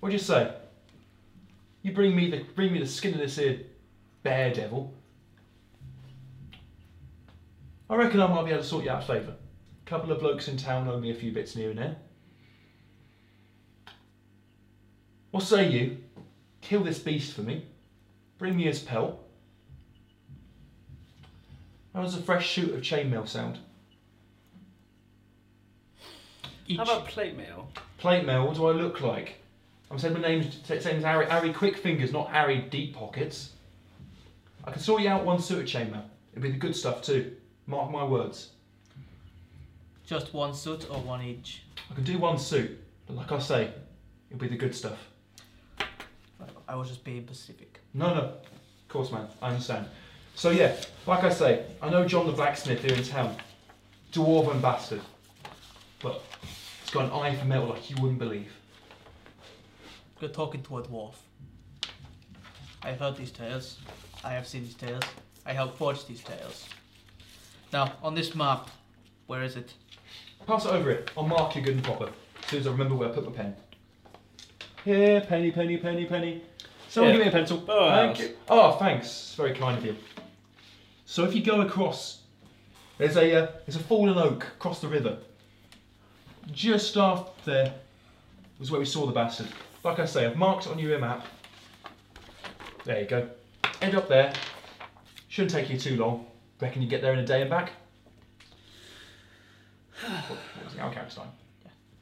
What'd you say? You bring me the bring me the skin of this here bear devil. I reckon I might be able to sort you out a favour. Couple of blokes in town owe me a few bits here and there. What say you? Kill this beast for me. Bring me his pelt. That was a fresh shoot of chainmail sound.
Each
How about plate mail?
Plate mail, what do I look like? I'm saying my name's, saying it's Harry, Harry Quickfingers, not Harry Deep Pockets. I can sort you out one suit of chainmail. It'd be the good stuff too. Mark my words.
just one suit or one each.
I can do one suit. But like I say, it'll be the good stuff.
I was just being Pacific.
No, no. Of course, man. I understand. So, yeah, like I say, I know John the Blacksmith here in town. Dwarven bastard. But he's got an eye for metal like you wouldn't believe.
You're talking to a dwarf. I've heard these tales. I have seen these tales. I helped forge these tales. Now, on this map, where is it?
Pass it over it. I'll mark you good and proper. As soon as I remember where I put my pen. Here, penny, penny, penny, penny. Someone
Here.
give me a pencil.
Oh,
Thank
yes.
you. Oh, thanks. It's very kind of you. So if you go across, there's a uh, there's a fallen oak across the river. Just aft there was where we saw the bastard. Like I say, I've marked it on your map. There you go. End up there. Shouldn't take you too long. Reckon you get there in a day and back. what, what was the our character time?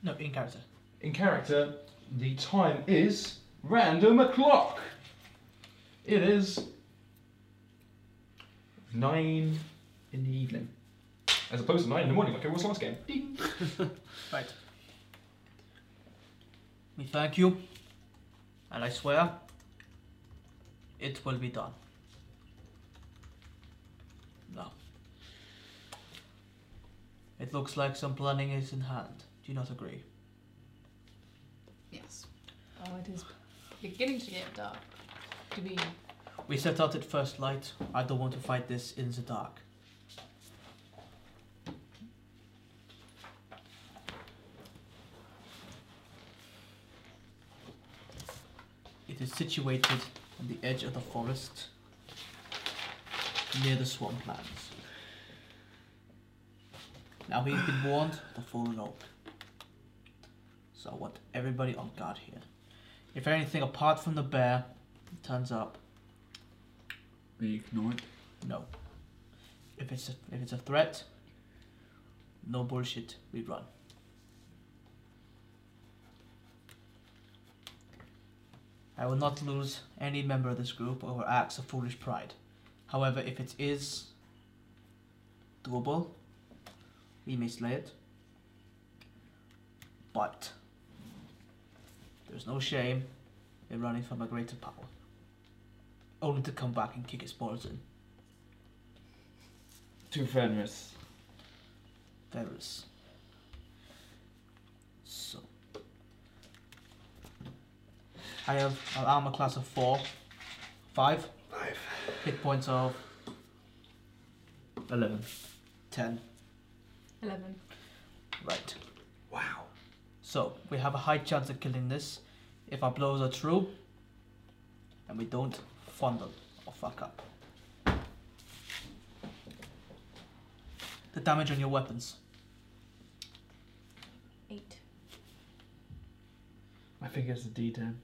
No, in character.
In character, the time is random o'clock. It is nine in the evening, as opposed to nine in the morning, like it was last game. Ding.
Right. We thank you, and I swear it will be done. Now, it looks like some planning is in hand. Do you not agree?
Yes. Oh, it is beginning to get dark. Do we?
We set out at first light. I don't want to fight this in the dark. It is situated on the edge of the forest, near the swamplands. Now we've been warned the fallen oak. So I want everybody on guard here. If anything apart from the bear turns up,
We ignore it.
no. If it's a, if it's a threat, no bullshit. We run. I will not lose any member of this group over acts of foolish pride. However, if it is doable, we may slay it. But there's no shame in running from a greater power, only to come back and kick its balls in.
Too Fenris.
Ferris. So. I have an armor class of four. Five. Five. Hit points of
Eleven.
ten.
Eleven.
Right.
Wow.
So, we have a high chance of killing this if our blows are true and we don't fondle or fuck up. The damage on your weapons.
Eight.
I think it's a D10.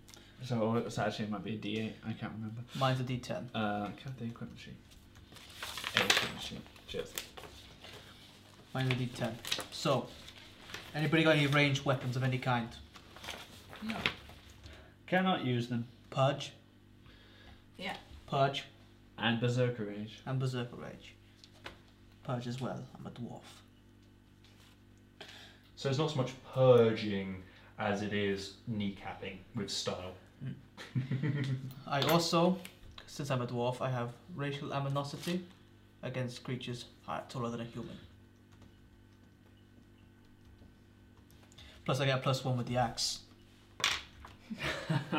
So it's actually it might be a D8. I can't remember.
Mine's a d10.
Uh, can I have the equipment sheet? A equipment sheet. Cheers.
Mine a d10. So, anybody got any ranged weapons of any kind?
No.
Cannot use them.
Purge.
Yeah.
Purge
And Berserker Rage.
and Berserker Rage. Purge as well. I'm a dwarf.
So it's not so much purging as it is kneecapping with style.
I also, since I'm a dwarf, I have racial aminosity against creatures higher, taller than a human. Plus, I get plus one with the axe.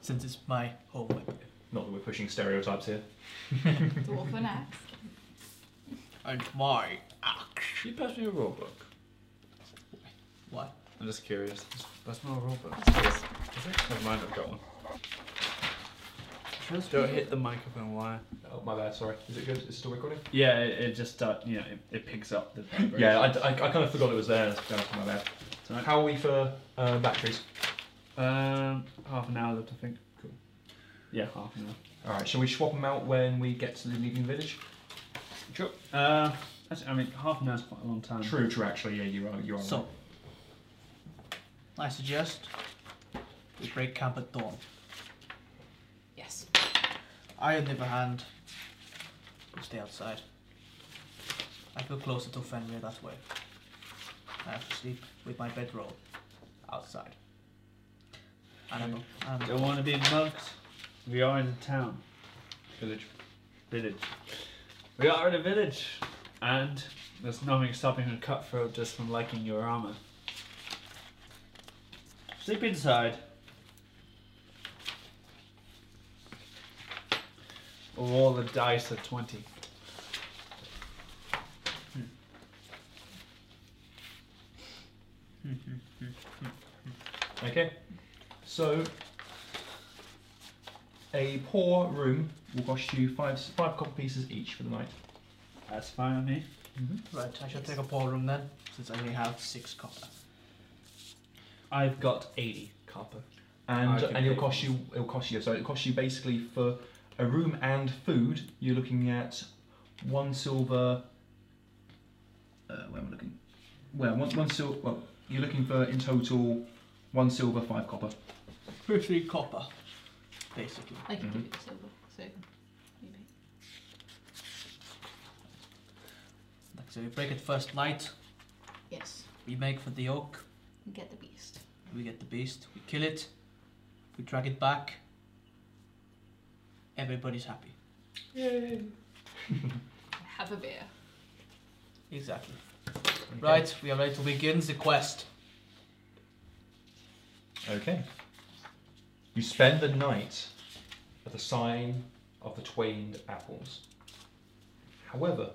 since it's my home weapon.
Not that we're pushing stereotypes here.
Dwarf and axe.
And my.
She passed me a rule book.
Why?
I'm just curious. That's not a rule book.
That's just-
Never mind, I've got one.
Trust
Don't hit the microphone wire.
Oh, my bad, sorry. Is it good? Is it still recording?
Yeah, it, it just uh, you know it, it picks up the vibration.
Yeah, I, I, I kind of forgot it was there. That's that's my bad.
It's alright.
How are we for uh, batteries?
um, half an hour left, I think. Cool. Yeah, half an hour.
Alright, shall we swap them out when we get to the leaving village?
Sure. Uh, actually, I mean, half an hour's quite a long time.
True, true, actually, yeah, you are, you are
So, I suggest we break camp at dawn.
Yes.
I, on the other hand, will stay outside. I feel closer to Fenrir that way. I have to sleep with my bedroll outside. And I'm, I'm,
Don't want to be mugged. We are in a town. Village. Village. We are in a village. And there's nothing stopping a cutthroat just from liking your armor. Sleep inside. Roll the dice at 20. Hmm.
Okay. So, a poor room will cost you five five copper pieces each for the night.
That's fine with me.
right, I shall take a poor room then, since I only have six copper.
I've got 80 copper.
And
I can
and it'll
pay
cost
for
you it'll cost you so it'll cost you basically for a room and food. You're looking at one silver. Uh, where am I looking? Well, one one silver. Well, you're looking for in total one silver, five copper.
Three copper, basically.
I can
Mhm.
give it to silver, so maybe.
Like, so we break it first night,
Yes,
we make for the oak,
get the beast.
we get the beast, we kill it, we drag it back. Everybody's happy.
Have a beer.
Exactly. Right, we are ready to begin the quest.
Okay. You spend the night at the sign of the Twained Apples. However,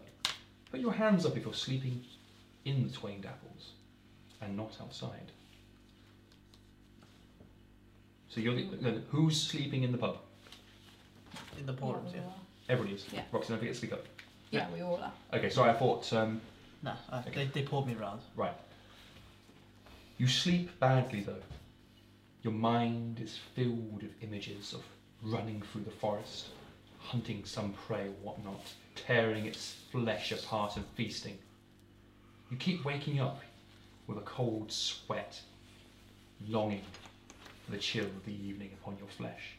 put your hands up if you're sleeping in the Twained Apples and not outside. So you're then who's sleeping in the pub?
In the poor room, yeah.
Everybody is.
Yeah.
Roxy, don't forget to speak up.
Yeah, we all are.
Okay, sorry, I thought um,
Nah, uh,
Okay.
they, they poured me round.
Right. You sleep badly though. Your mind is filled with images of running through the forest, hunting some prey or whatnot, tearing its flesh apart and feasting. You keep waking up with a cold sweat, longing for the chill of the evening upon your flesh.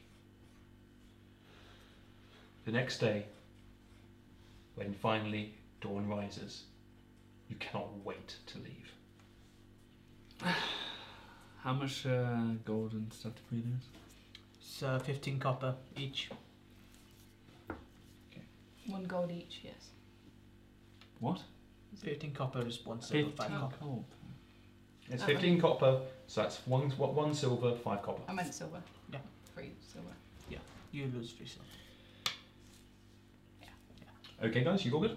The next day, when finally dawn rises, you cannot wait to leave.
How much uh, gold and stuff do we lose?
So 15 copper each.
One gold each, yes.
What?
15 copper is one silver, five copper.
gold.
It's
Oh,
15 copper, so that's one, what, one silver, five copper.
I meant silver.
Yeah.
Three silver.
You lose three silver.
Okay, guys, you all good?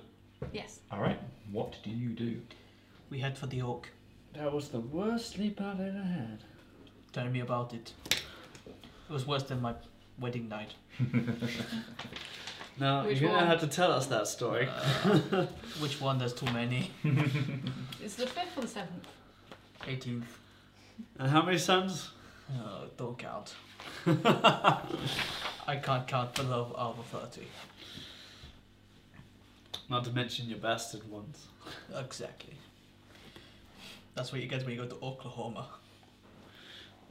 Yes.
All right, what do you do?
We head for the oak.
That was the worst sleep I've ever had.
Tell me about it. It was worse than my wedding night.
Now,
Which
you're going
one?
to have to tell us that story.
Uh, which one? There's too many.
It's the fifth or the seventh.
18th.
And how many sons?
Oh, don't count. I can't count below over 30.
Not to mention your bastard ones.
Exactly. That's what you get when you go to Oklahoma.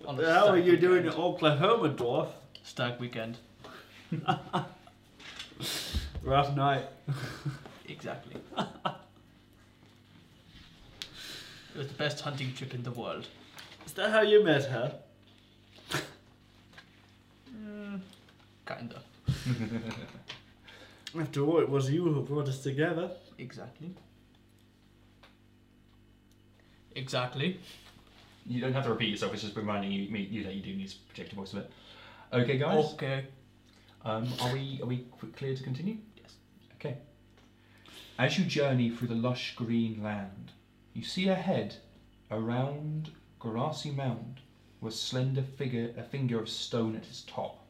How
a
are
stag
you doing in
weekend.
Oklahoma, dwarf?
Stag weekend.
Rough night.
Exactly. it was the best hunting trip in the world.
Is that how you met her?
Kinda.
After all, it was you who brought us together.
Exactly. Exactly.
You don't have to repeat yourself, it's just reminding you, me, you that you do need to project your voice a bit. Okay, guys,
Okay.
um, are we, are we qu- clear to continue?
Yes.
Okay. As you journey through the lush green land, you see ahead a round, grassy mound with a slender figure, a finger of stone at its top.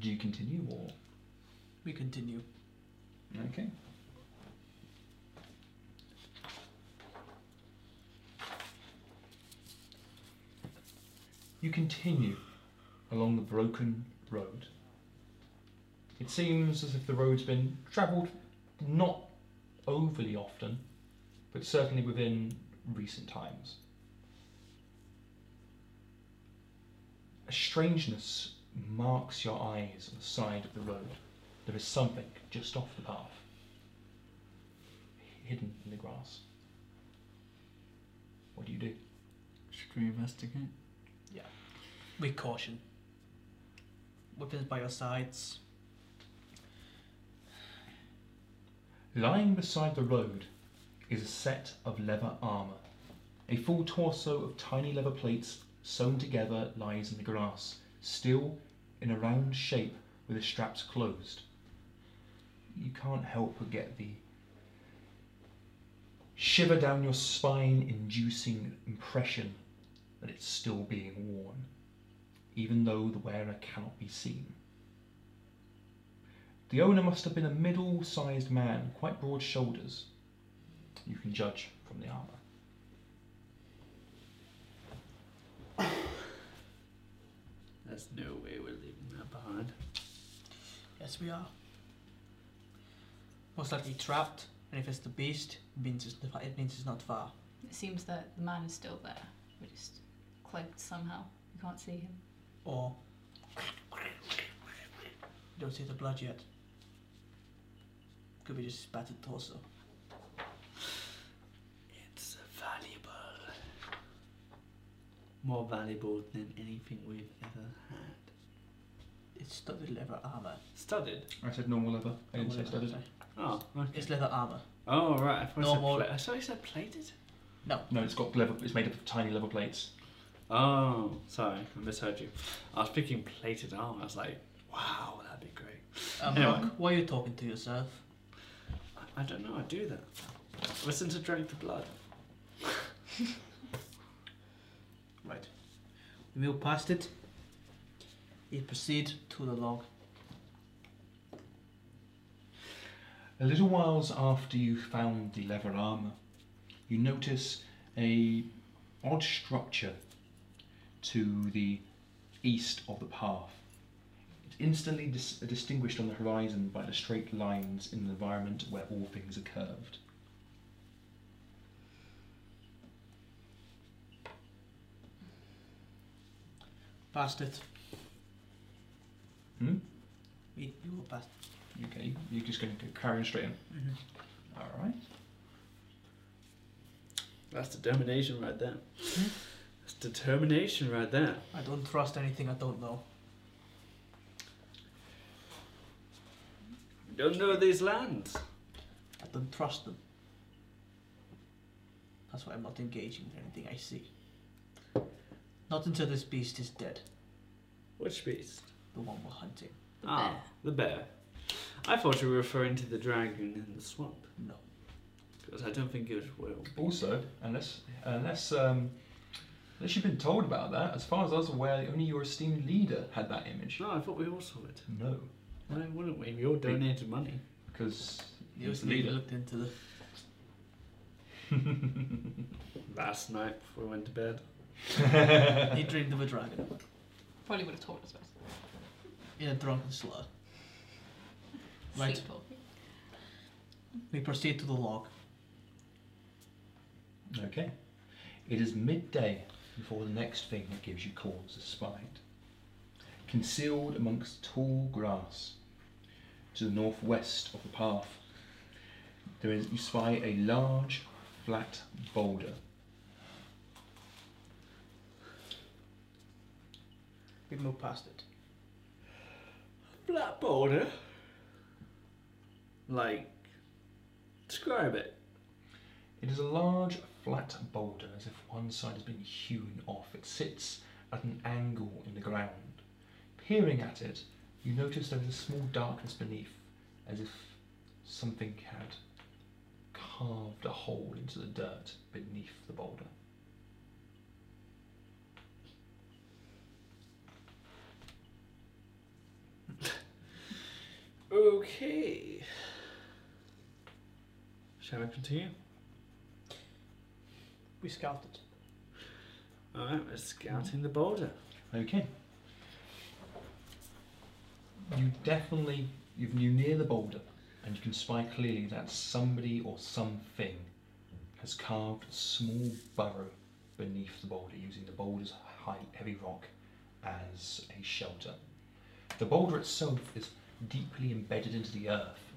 Do you continue or?
We continue.
Okay. You continue along the broken road. It seems as if the road's been travelled not overly often, but certainly within recent times. A strangeness marks your eyes on the side of the road. There is something just off the path, hidden in the grass. What do you do?
Should we investigate?
With caution. Weapons by your sides.
Lying beside the road is a set of leather armour. A full torso of tiny leather plates sewn together lies in the grass, still in a round shape with the straps closed. You can't help but get the shiver down your spine inducing impression that it's still being worn, even though the wearer cannot be seen. The owner must have been a middle sized man, quite broad shoulders. You can judge from the armour.
There's no way we're leaving that behind.
Yes, we are. Most likely trapped, and if it's the beast, it means it's, it means it's not far.
It seems that the man is still there. We're just cloaked somehow. You can't see him.
Or. Don't see the blood yet. Could be just his battered torso.
It's valuable. More valuable than anything we've ever had.
It's studded leather armor.
Studded.
I said normal leather. I didn't say
Whatever,
studded.
sorry.
Oh, okay.
It's leather armor.
Oh, right. I thought you said
Normal.
pla- I thought you said plated.
No, it's got leather. It's made up of tiny leather plates.
Oh, sorry. I misheard you. I was picking plated armor. I was like, wow, that'd be great.
Um,
Anyway.
Mark, why are you talking to yourself?
I, I don't know. I do that. Listen to Drink the Blood.
Right. We move past it. You proceed to the log.
A little whiles after you found the leather armour, you notice a odd structure to the east of the path. It's instantly dis- distinguished on the horizon by the straight lines in an environment where all things are curved.
Past it.
Hmm?
We, we walk past
Okay, you're just going to carry on straight in.
it. Mm-hmm.
All right.
That's determination right there. That's determination right there.
I don't trust anything I don't know.
Don't know these lands.
I don't trust them. That's why I'm not engaging with anything I see. Not until this beast is dead,
Which beast?
the one we're hunting.
The
ah,
bear.
the bear. I thought you were referring to the dragon in the swamp
No.
because I don't think it will.
Also, unless unless um, unless you've been told about that, as far as I was aware, only your esteemed leader had that image.
No, I thought we all saw it.
No,
Why wouldn't we? We all donated money.
because
You
he's
also
the
need to
leader.
look into the.
Last night before we went to bed.
He dreamed of a dragon
Probably would have taught us about
in a drunken slur. Right.
sleep or
We proceed to the log.
Okay. It is midday before the next thing that gives you cause is spied. Concealed amongst tall grass to the northwest of the path, there is you spy a large flat boulder.
We move past it.
Flat border. Like, describe it.
It is a large flat boulder as if one side has been hewn off. It sits at an angle in the ground. Peering at it, you notice there is a small darkness beneath, as if something had carved a hole into the dirt beneath the boulder.
Okay. Shall we continue?
We scout it.
Alright, we're scouting the boulder.
Okay. You definitely you've you near the boulder, and you can spy clearly that somebody or something has carved a small burrow beneath the boulder, using the boulder's high heavy rock as a shelter. The boulder itself is deeply embedded into the earth,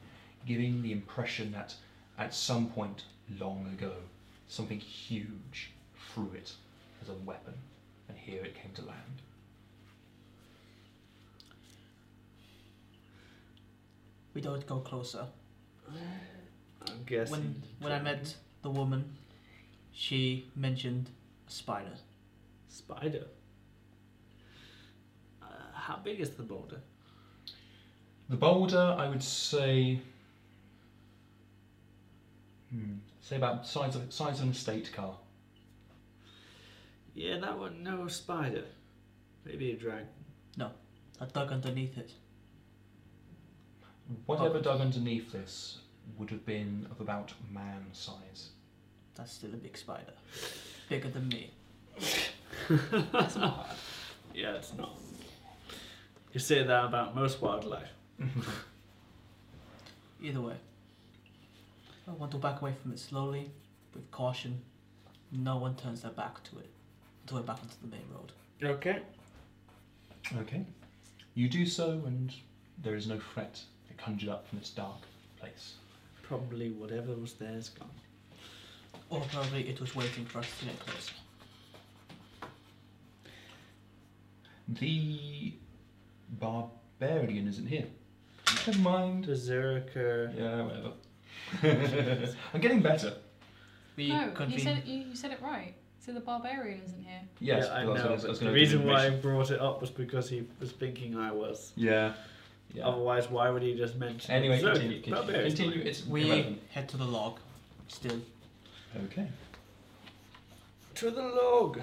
giving the impression that at some point long ago, something huge threw it as a weapon, and here it came to land.
We don't go closer.
I'm guessing.
When when I met the woman, she mentioned a spider.
Spider. Uh, how big is the boulder?
The boulder, I would say, hmm, say about size of size of an estate car.
Yeah, that one, no spider. Maybe a dragon.
I dug underneath it.
Whatever
Oh.
dug underneath this would have been of about man size.
That's still a big spider, bigger than me.
Yeah, it's not. You say that about most wildlife.
Either way, I want to back away from it slowly, with caution. No one turns their back to it until we're back onto the main road.
Okay.
Okay. You do so, and there is no threat that conjured up from this dark place.
Probably whatever was there is gone.
Or probably it was waiting for us to get closer.
The barbarian isn't here. Never mind.
Berserker.
Yeah, whatever. I'm getting better.
We
No, you
convene-
said, you, you said it right. So the barbarian isn't here.
Yes,
yeah, I
because
know.
was- was
but the
gonna do
reason why I
information.
brought it up was because he was thinking I was.
Yeah. Yeah.
Otherwise, why would he just mention?
Anyway,
berserker?
continue. Continue.
Barbarian's
continue. It's
we
irrelevant.
head to the log. Still,
Okay.
fine. To the log.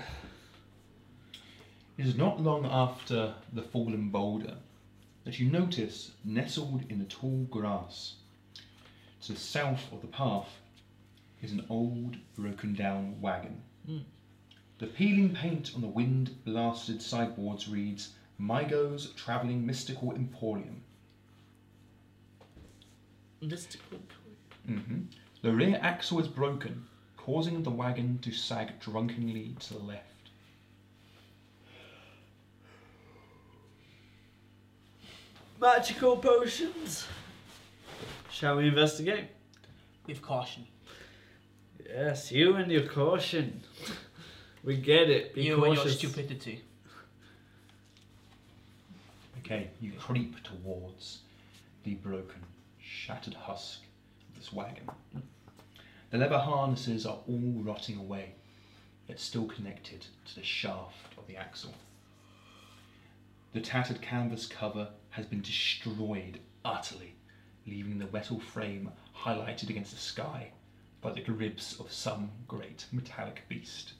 It is not long after the fallen boulder that you notice, nestled in the tall grass, to the south of the path, is an old, broken down wagon. The peeling paint on the wind blasted sideboards reads Migo's Travelling Mystical Emporium.
Mystical.
Mm-hmm. The rear axle is broken, causing the wagon to sag drunkenly to the left.
Magical potions. Shall we investigate?
with caution.
Yes, you and your caution. We get it. Be
you
cautious.
and your stupidity.
Okay, you creep towards the broken, shattered husk of this wagon. The leather harnesses are all rotting away, yet still connected to the shaft of the axle. The tattered canvas cover has been destroyed utterly, leaving the metal frame highlighted against the sky by the ribs of some great metallic beast.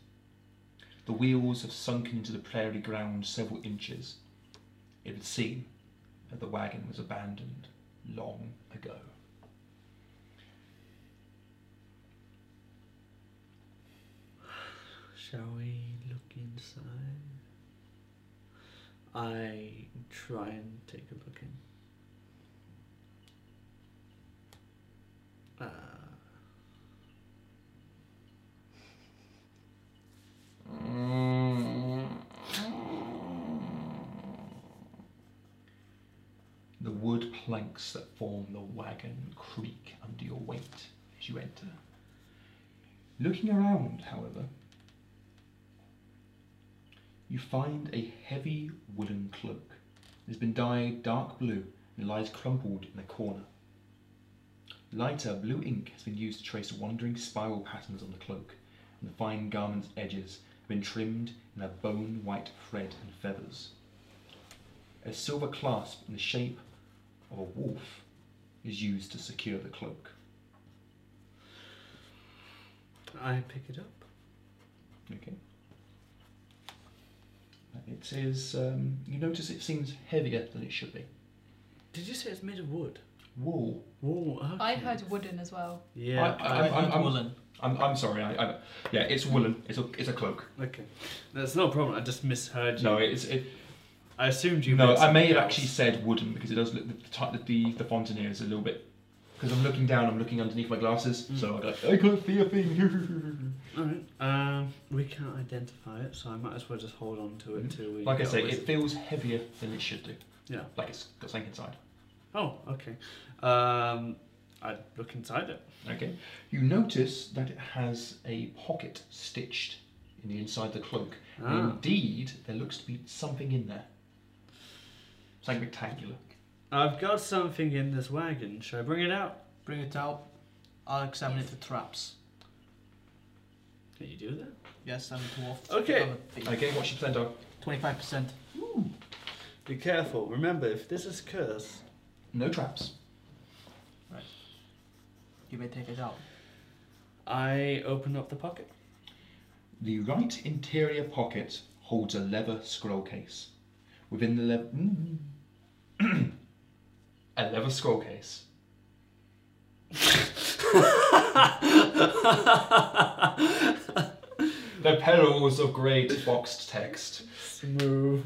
The wheels have sunken into the prairie ground several inches, it would seem that the wagon was abandoned long ago.
Shall we look inside? I try and take a look in. Uh,
The wood planks that form the wagon creak under your weight as you enter. Looking around, however, you find a heavy woolen cloak. It has been dyed dark blue and lies crumpled in a corner. Lighter blue ink has been used to trace wandering spiral patterns on the cloak, and the fine garment's edges have been trimmed in a bone white thread and feathers. A silver clasp in the shape of a wolf is used to secure the cloak.
I pick it up.
Okay. It is, um, you notice it seems heavier than it should be.
Did you say it's made of wood?
Wool.
Wool. Okay.
I heard wooden as well.
Yeah.
I- I'm-
I heard
I'm- I'm-
woolen.
I'm, I'm sorry, I, I, yeah, it's woolen. It's a, it's a cloak.
okay. That's no problem. I just misheard you.
No, it's, it,
I assumed you.
no,
meant
I may
something
have
else.
actually said wooden because it does look the type that the the font in here is a little bit. Because I'm looking down, I'm looking underneath my glasses,
Mm.
so I'm like, I can't see a thing.
Alright. Um, we can't identify it, so I might as well just hold on to it till we.
Mm-hmm. like I
get
say,
with
it feels heavier than it should do.
Yeah.
Like it's got something inside.
Oh, okay. Um, I look inside it.
Okay. You notice that it has a pocket stitched in the inside the cloak. And
Ah.
indeed, there looks to be something in there. Something rectangular.
I've got something in this wagon. Should I bring it out?
Bring it out. I'll examine it for traps.
Can you do that?
Yes, I'm a dwarf.
Okay.
I'm a thief.
Okay, what's your plan, dog?
25%.
Be careful. Remember, if this is curse,
No traps.
You may take it out.
I open up the pocket.
The right interior pocket holds a leather scroll case. Within the leather. a leather scroll case. the perils of great boxed text.
Smooth.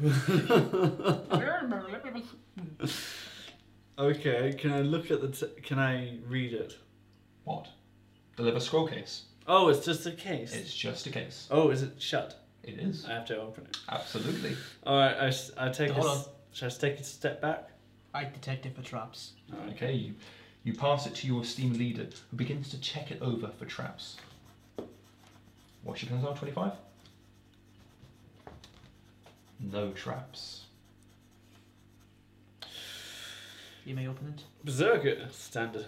Okay. Can I look at the? T- can I read it?
What? The leather scroll case.
Oh, it's just a case.
It's just a case.
Oh, is it shut?
It is.
I have to open it.
Absolutely.
All right. I, s- I take.
Hold
a, s- Should I take a step back?
I detect it for traps.
Okay, you, you pass it to your esteemed leader, who begins to check it over for traps. What's your plans on 25? No traps.
You may open it.
Berserker standard.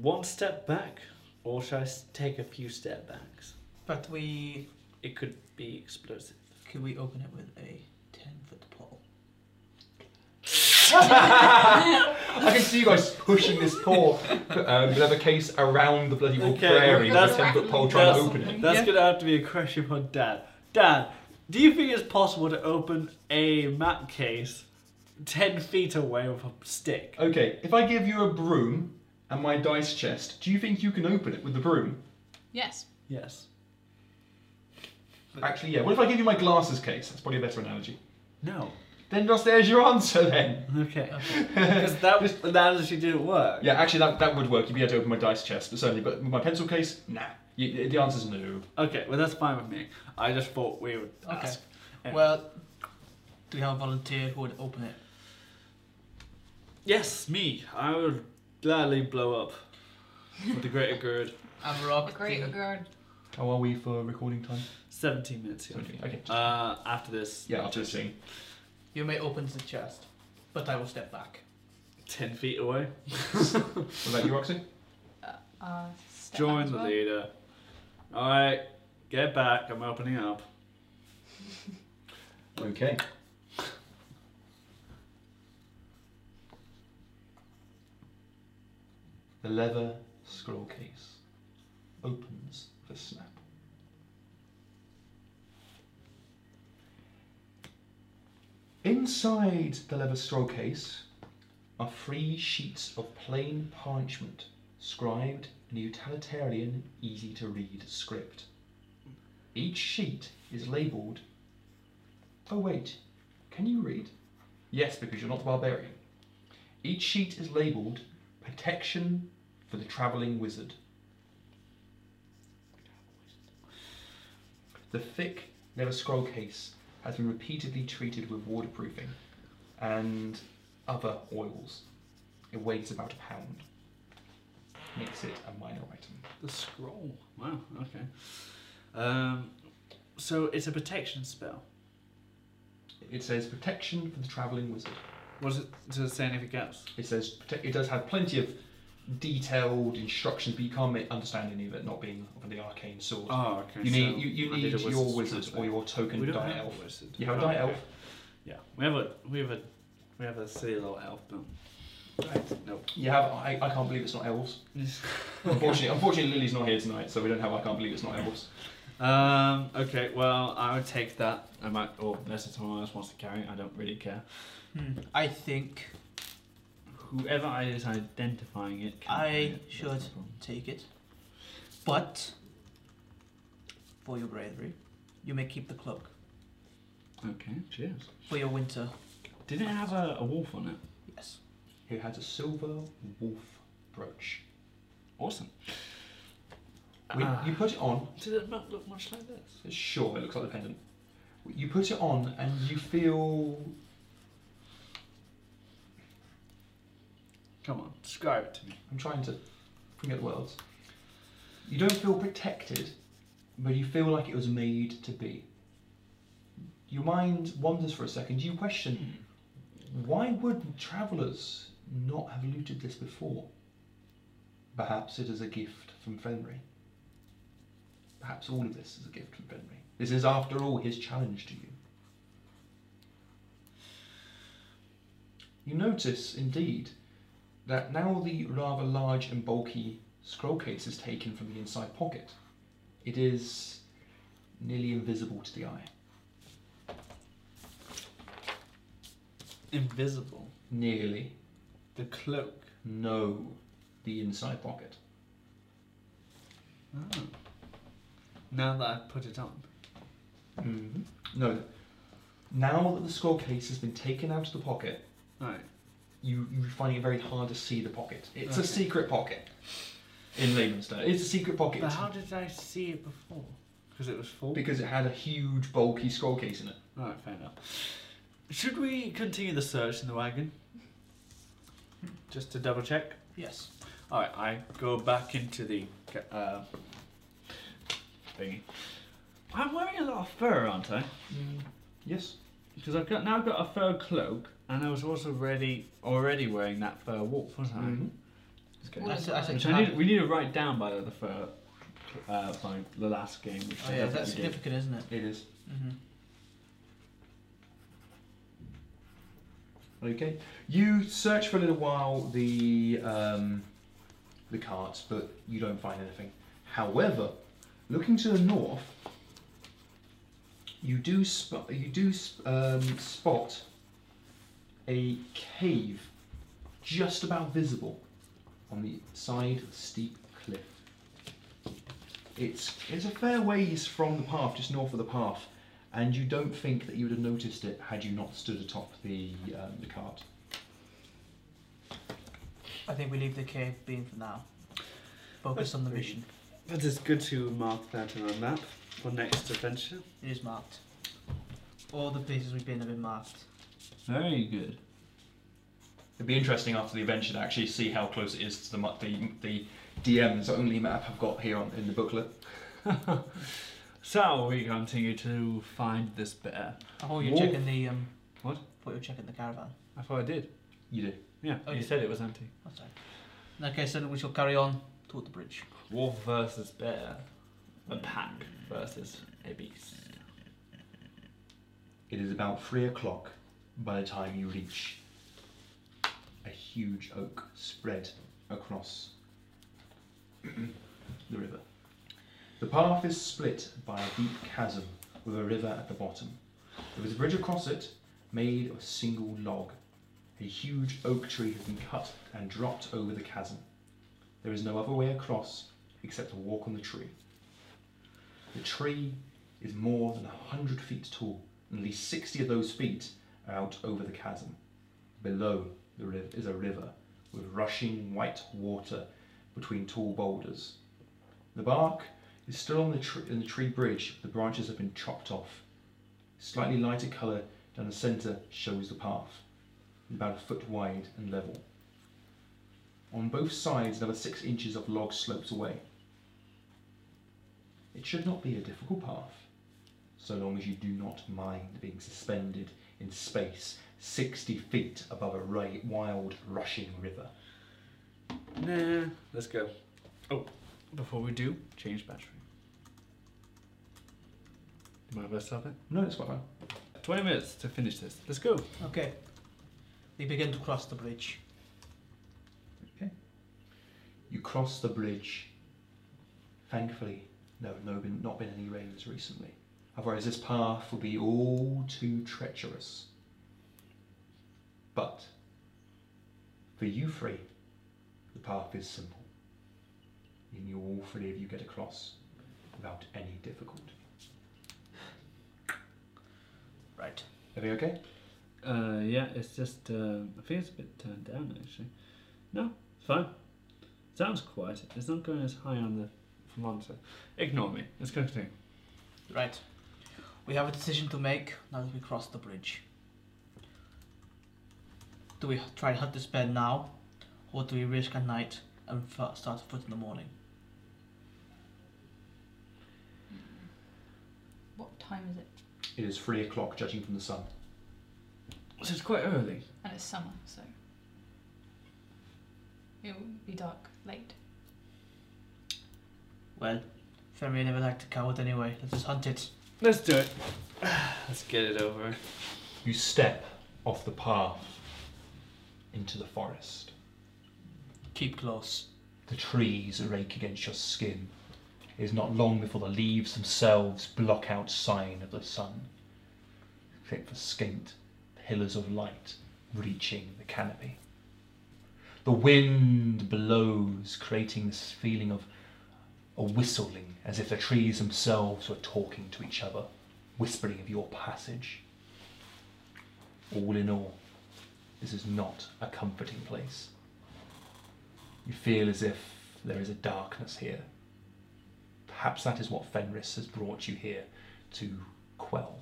One step back, or should I s- take a few step backs?
But we.
It could be explosive.
Could we open it with a 10 foot pole?
I can see you guys pushing this poor um, leather case around the bloody wall
Okay,
prairie with a
that's-
10 foot pole trying to
that's-
open it.
That's
Yeah.
gonna have to be a question for Dad. Dad, do you think it's possible to open a map case ten feet away with a stick?
Okay, if I give you a broom and my dice chest, do you think you can open it with the broom?
Yes.
Yes.
Actually, yeah. What if I give you my glasses case? That's probably a better analogy.
No.
Then just there's your answer then.
Okay. Because that was that actually didn't work.
Yeah, actually, that, that would work. You'd be able to open my dice chest, but certainly. But with my pencil case, nah. You, the answer's no.
Okay, well that's fine with me. I just thought we would
Okay.
ask. Yeah.
Well, do we have a volunteer who would open it?
Yes, me. I would gladly blow up with the greater good.
I'm rock.
Great
thing.
regard.
How are we for recording time?
Seventeen minutes. Here.
Okay.
Uh, after this.
Yeah, after this thing.
You may open the chest, but I will step back.
Ten feet away.
What about you, Roxy?
Uh, step back
Join
as
the
well.
leader. All right, get back. I'm opening up.
Okay. The leather scroll case opens with a snap. Inside the leather scroll case are three sheets of plain parchment scribed in a utilitarian, easy to read script. Each sheet is labelled Oh, wait. Can you read? Yes, because you're not the barbarian. Each sheet is labelled Protection for the Travelling Wizard. The thick leather scroll case has been repeatedly treated with waterproofing and other oils. It weighs about a pound. Makes it a minor item.
The scroll. Wow. Okay. Um, so it's a protection spell.
It says Protection for the Travelling Wizard.
What does it, does it say anything else?
It says protect- it does have plenty of detailed instructions, but you can't ma- understand any of it not being of the arcane sort.
Oh, okay.
you need
so
you, you
I did
need
a wizard's
your wizard
translate.
or your token
We don't
dire
have
elf.
a wizard.
You have a
Oh,
dire
okay.
elf.
Yeah, we have a we have a we have a silly little elf. Boom. Nope.
You have I, I can't believe it's not elves. Unfortunately, unfortunately, Lily's not here tonight, so we don't have I can't believe it's not elves.
Um, okay, well, I would take that. I might, or unless it's someone else wants to carry it, I don't really care.
Hmm. I think
Whoever I is identifying it. Can
I
find it. That's
should.
the problem.
take it, but for your bravery, you may keep the cloak
Okay. Cheers.
for your winter.
Did it have a, a wolf on it?
Yes.
Who has a silver wolf brooch?
Awesome.
We,
Ah.
you put it on.
Did it not look much like this?
Sure, it looks like the pendant. You put it on, and you feel
Come on, describe it to me.
I'm trying to forget words. You don't feel protected, but you feel like it was made to be. Your mind wanders for a second. You question why would travellers not have looted this before? Perhaps it is a gift from Fenry. Perhaps all of this is a gift from Fenry. This is, after all, his challenge to you. You notice, indeed, that now the rather large and bulky scroll case is taken from the inside pocket. It is nearly invisible to the eye.
Invisible.
Nearly.
The cloak.
No. The inside pocket.
Oh. Now that I've put it on.
Mm-hmm. No. Now that the scroll case has been taken out of the pocket,
Alright.
you, you're finding it very hard to see the pocket. It's a
Okay.
secret pocket. In layman's terms, it's a secret pocket
But how did I see it before? Because it was full?
because it had a huge, bulky scroll case in it.
Alright, fair enough. Should we continue the search in the wagon? Just to double check?
Yes.
All right, I go back into the uh,
thingy. I'm wearing a lot of fur, aren't I?
Yes.
Because I've got now got a fur cloak, and I was also already already wearing that fur wolf, wasn't I?
Mhm.
It's good.
Mm-hmm. Well,
That's-
I-
that's-
I
which
think
I need,
that-
we need to write down by the other fur uh, by the last game, which
Oh
I
yeah,
definitely
that's
did.
significant, isn't it?
It is.
Mm-hmm.
Okay. You search for a little while the um, the carts, but you don't find anything. However, looking to the north, you do spot you do sp- um, spot a cave just about visible on the side of a steep cliff. It's it's a fair ways from the path, just north of the path, and you don't think that you would have noticed it had you not stood atop the um, the cart.
I think we leave the cave being for now. Focus on the
Agreed.
mission.
That is good to mark that on our map for next adventure.
It is marked. All the places we've been have been marked.
Very good.
It'd be interesting after the adventure to actually see how close it is to the mu- the, the DM's only map I've got here on, in the booklet.
so we continue to find this bear.
Oh, you're
Wolf.
checking the um.
What?
Thought you were checking the caravan.
I thought I did.
You do.
Yeah,
Oh,
you
yeah.
said it was empty.
That's right. In that case, then we shall carry on toward the bridge.
Wolf versus bear. A pack versus a beast.
It is about three o'clock by the time you reach a huge oak spread across the river. The path is split by a deep chasm with a river at the bottom. There is a bridge across it made of a single log. A huge oak tree has been cut and dropped over the chasm. There is no other way across except to walk on the tree. The tree is more than a hundred feet tall, and at least sixty of those feet are out over the chasm. Below the river is a river with rushing white water between tall boulders. The bark is still on the tree in the tree bridge, but the branches have been chopped off. Slightly lighter colour down the centre shows the path. It's about a foot wide and level. On both sides another six inches of log slopes away. It should not be a difficult path, so long as you do not mind being suspended in space 60 feet above a ra- wild, rushing river.
Nah, let's go. Oh, before we do, change battery. Mind if I stop it?
No, it's quite fine.
20 minutes to finish this. Let's go.
Okay. We begin to cross the bridge.
You cross the bridge. Thankfully, no, no, been, not been any rains recently. Otherwise, this path would be all too treacherous. But for you three, the path is simple, and you all three of you get across without any difficulty.
Right.
Everything okay?
Uh, yeah, it's just, um, I think it's a bit turned down actually. No, it's fine. Sounds quiet. It's not going as high on the monitor. Ignore me. Let's continue.
Right. We have a decision to make now that we cross the bridge. Do we h- try and hunt this bear now, What do we risk at night and f- start foot in the morning?
What time is it?
It is three o'clock, judging from the sun.
So it's quite early.
And it's summer, so it will be dark late.
Well, Fenrir never liked a coward anyway. Let's just hunt it.
Let's do it. Let's get it over.
You step off the path into the forest.
Keep close.
The trees rake against your skin. It is not long before the leaves themselves block out sign of the sun, except for scant pillars of light reaching the canopy. The wind blows, creating this feeling of a whistling, as if the trees themselves were talking to each other, whispering of your passage. All in all, this is not a comforting place. You feel as if there is a darkness here. Perhaps that is what Fenris has brought you here to quell,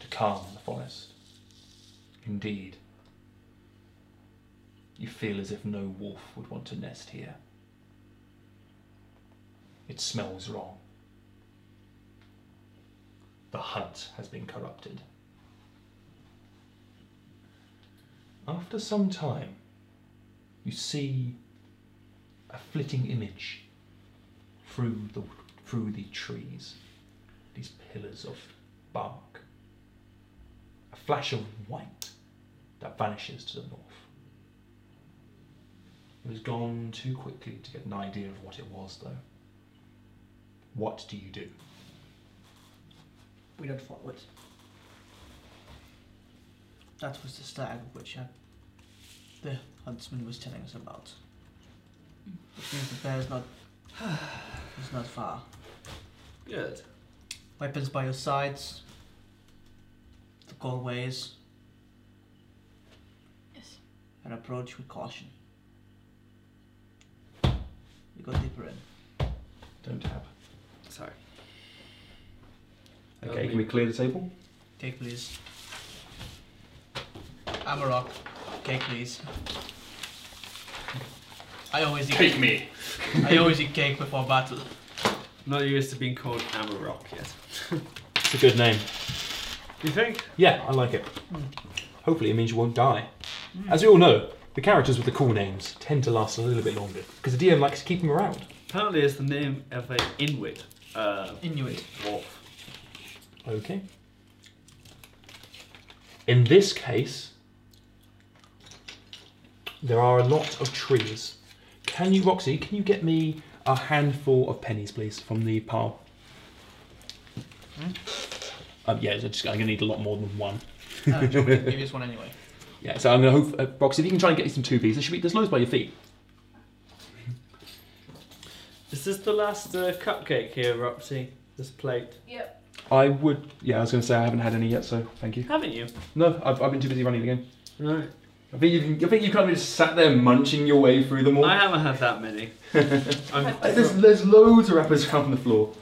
to calm the forest. Indeed, you feel as if no wolf would want to nest here. It smells wrong. The hunt has been corrupted. After some time, you see a flitting image through the through the trees, these pillars of bark. A flash of white that vanishes to the north. It was gone too quickly to get an idea of what it was, though. What do you do?
We don't follow it. That was the stag which uh, the huntsman was telling us about. Which means the bear is not. is not far.
Good.
Weapons by your sides. The call ways
Yes.
and approach with caution. We go deeper in.
Don't have.
Sorry.
Okay, can we clear the table?
Cake, please. I'm a rock. Cake, please. I always eat
me.
I always eat cake before battle.
Not used to being called Amarok yet.
It's a good name.
You think?
Yeah, I like it. Hopefully, it means you won't die. As we all know, the characters with the cool names tend to last a little bit longer because the DM likes to keep them around.
Apparently, it's the name of a Inuit uh,
Inuit.
wolf.
Okay. In this case, there are a lot of trees. Can you, Roxy, can you get me a handful of pennies, please, from the pile? Um, yeah, I just, I'm going to need a lot more than one.
No, I'm joking. Maybe it's one anyway.
Yeah, so I'm going to hope, uh, Roxy, if you can try and get me some two Bs, there should be, there's loads by your feet.
Is this the last uh, cupcake here, Roxy? This plate?
Yep.
I would, yeah, I was going to say I haven't had any yet, so thank you.
Haven't you?
No, I've, I've been too busy running the game.
Right.
I think you, I think you kind of just sat there munching your way through them all. Uh,
I haven't had that many. I'm,
I've,
There's, there's loads of wrappers around the floor.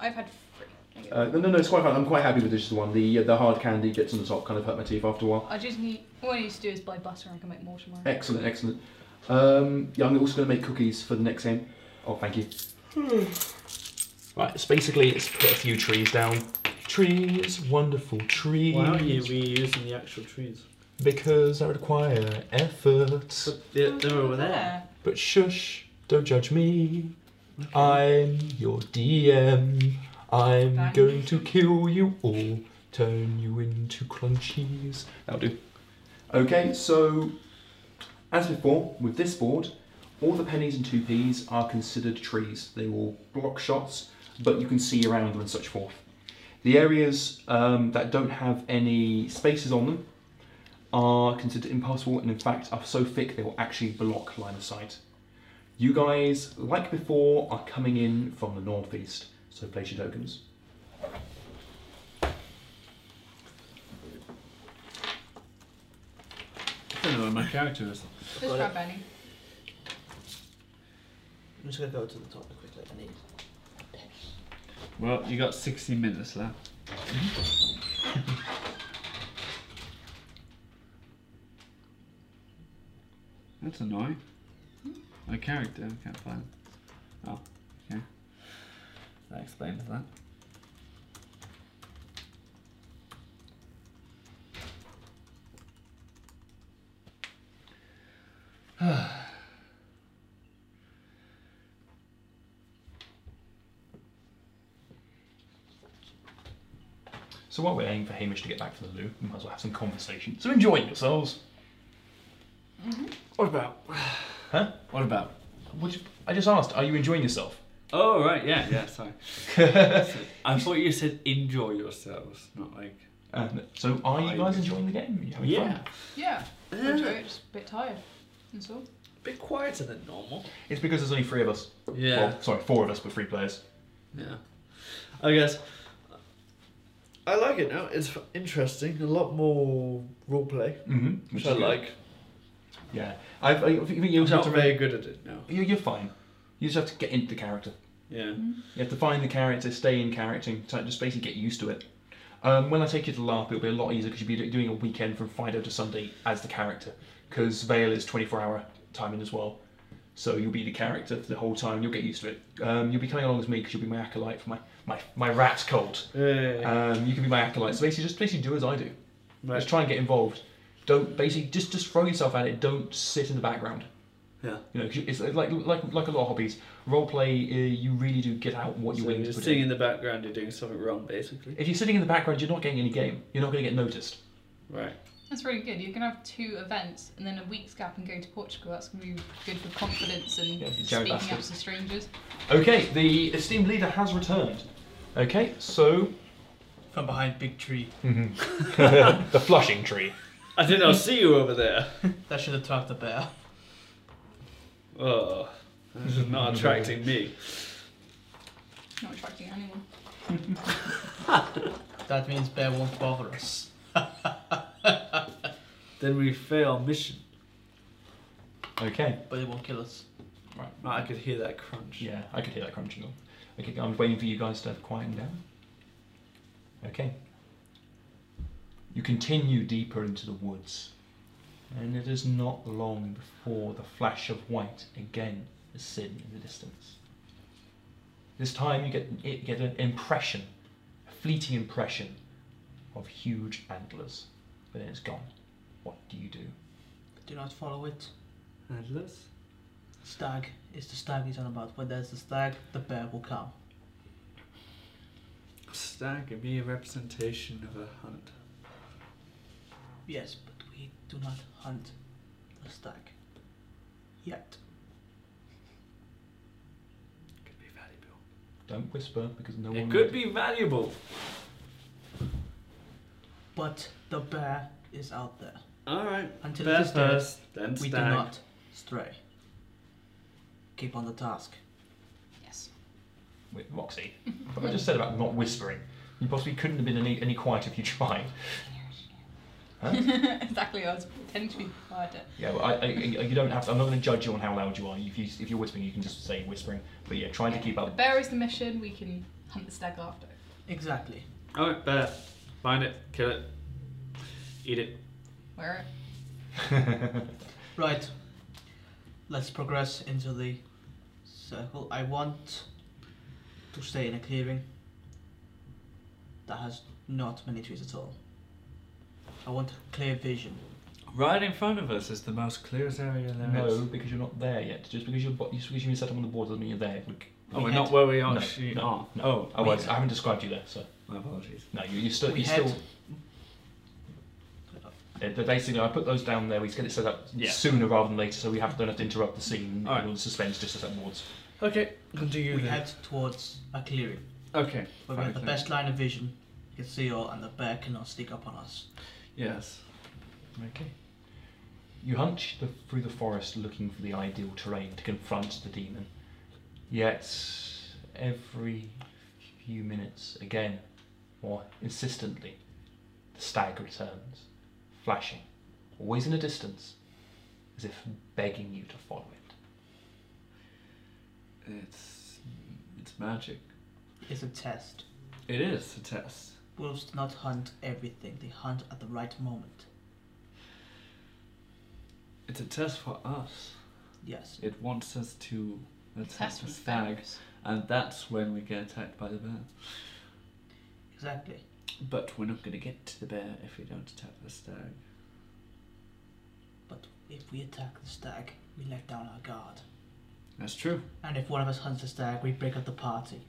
I've had three. Thank you.
Uh, no, no, no, it's quite fine. I'm quite happy with this one. The uh, the hard candy bits on the top kind of hurt my teeth after a while.
I just need. All I need to do is buy butter and I can make more tomorrow.
Excellent, excellent. Um, yeah, I'm also going to make cookies for the next game. Oh, thank you. Hmm. right, it's basically it's put a few trees down. Trees, wonderful trees.
why aren't you reusing the actual trees?
Because that would require effort.
But they're, they're over there.
But shush, don't judge me. I'm your DM. I'm
Bang.
going to kill you all, turn you into crunchies. That'll do. Okay, so as before, with this board, all the pennies and two peas are considered trees. They will block shots, but you can see around them and such forth. The areas um, that don't have any spaces on them are considered impassable and in fact are so thick they will actually block line of sight. You guys, like before, are coming in from the northeast, so place your tokens.
I don't know where my character is.
Just try burning.
I'm just gonna go to the top quickly. I need
Well, you got 60 minutes left. That's annoying. My character, I can't find it. Oh, okay. That explains that.
So while we're aiming for Hamish to get back to the loo, we might as well have some conversation. So enjoy yourselves.
What about?
Huh?
What about?
What you- I just asked, are you enjoying yourself?
Oh right, yeah, yeah. Sorry. I thought you said enjoy yourselves, not like.
Um, so are you
I-
guys enjoying the game? Are you having
yeah.
fun?
Yeah.
Yeah.
Enjoy it. Just a bit tired. That's all.
A bit quieter than normal.
It's because there's only three of us.
Yeah.
Well, sorry, four of us, but three players.
Yeah. I guess. I like it now. It's f- interesting. A lot more roleplay,
Mm-hmm.
which I like.
Yeah. I, I think you
I'm
just have
not
to
very good at it now.
You- You're fine. You just have to get into the character.
Yeah.
You have to find the character, stay in character, and t- just basically get used to it. Um, when I take you to LARP, it'll be a lot easier because you'll be do- doing a weekend from Friday to Sunday as the character, because Vale is 24 hour timing as well. So you'll be the character for the whole time, you'll get used to it. Um, you'll be coming along as me because you'll be my acolyte for my, my, my rat cult.
Mm-hmm.
Yeah.
Um, you can be my acolyte. So basically, just basically do as I do. Just
Right.
try and get involved. Don't basically just just throw yourself at it. Don't sit in the background.
Yeah.
You know, 'cause it's uh, like like like a lot of hobbies. Role play, uh, you really do get out what you're
So
willing
you're
to put
sitting
in.
in the background, you're doing something wrong, basically.
If you're sitting in the background, you're not getting any game. You're not going to get noticed.
Right.
That's really good. You can have two events and then a week's gap and go to Portugal. That's going to be good for confidence and
Yeah, Jerry
speaking
Bastard.
up to strangers.
Okay, the esteemed leader has returned. Okay, so
From behind big tree.
the flushing tree.
I did not see you over there.
That should attract a bear.
Oh, this is not attracting me.
Not attracting anyone.
That means bear won't bother us.
Then we fail mission.
Okay.
But it won't kill us.
Oh, I could hear that crunch.
Yeah, I could hear that crunching. on. Okay, I'm waiting for you guys to quieten down. Okay. You continue deeper into the woods, and it is not long before the flash of white again is seen in the distance. This time you get you get an impression, a fleeting impression, of huge antlers, but then it's gone. What do you do?
Do not follow it.
Antlers?
Stag is the stag he's on about. When there's the stag, the bear will come.
Stag could be a representation of a hunt.
Yes, but we do not hunt the stag. Yet.
Could be valuable.
Don't whisper because no one.
It could be valuable.
But the bear is out there.
All right.
Until
Bear
it is dead,
first, then
we
stag.
do not stray. Keep on the task.
Yes.
with Roxy. But I just said about not whispering. You possibly couldn't have been any, any quieter if you tried.
exactly. I was pretending to be quieter.
Yeah, well, I, I, I- you don't have to. I'm not going to judge you on how loud you are. If, you, if you're whispering, you can just say whispering. But yeah, trying to keep
The
up.
bear is the mission. We can hunt the stag after.
Exactly.
All right, bear. Find it, kill it, eat it.
Where
Right. Let's progress into the circle. I want to stay in a clearing that has not many trees at all. I want clear vision.
Right in front of us is the most clearest area there
No,
is.
because you're not there yet. Just because you're bo- just because you set up on the board doesn't mean you're there. Look,
Oh,
We
we're
had-
not where we are.
No,
she
no,
are.
no.
Oh,
Oh, well, I haven't described you there, so
my apologies.
no, you, you're still.
We
You're
had-
still they're- they're basically, I put those down there. We get it set up
Yeah.
sooner rather than later, so we have don't have to interrupt the scene
Alright.
and all the suspense just to set boards.
Okay, continue
We
then.
head towards a clearing
Okay.
where we have the
fine,
best line of vision. You can see all, and the bear cannot sneak up on us.
Yes.
Okay. You hunch the, through the forest looking for the ideal terrain to confront the demon. Yet, every few minutes, again, more insistently, the stag returns, flashing, always in a distance, as if begging you to follow it.
It's it's magic.
It's a test.
It is a test.
Wolves do not hunt everything, they hunt at the right moment.
It's a test for us.
Yes.
It wants us to attack
Test
the
with
stag,
fairies.
and that's when we get attacked by the bear.
Exactly.
But we're not going to get to the bear if we don't attack the stag.
But if we attack the stag, we let down our guard.
That's true.
And if one of us hunts the stag, we break up the party.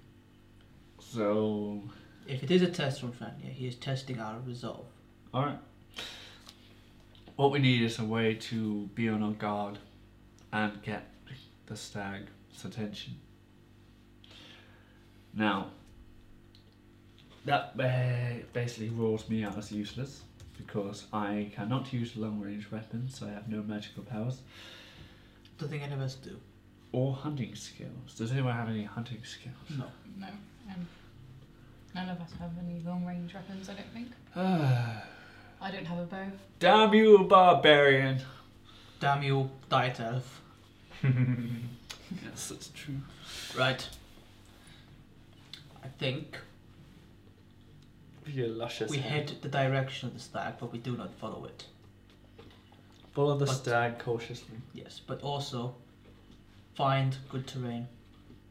So,
If it is a test from Fania, he is testing our resolve.
all right. What we need is a way to be on our guard and get the stag's attention. Now, that ba- basically rules me out as useless because I cannot use long-range weapons. I have no magical powers
Don't think any of us do.
or hunting skills. Does anyone have any hunting skills?
No.
No, and none of us have any long range weapons, I don't think. I don't have a bow.
Damn you, barbarian!
Damn you, diet elf.
Yes, that's true.
Right. I think
Be a luscious.
eh?
we
head.
head the direction of the stag, but we do not follow it.
Follow the
But-
stag cautiously.
Yes, but also find good terrain.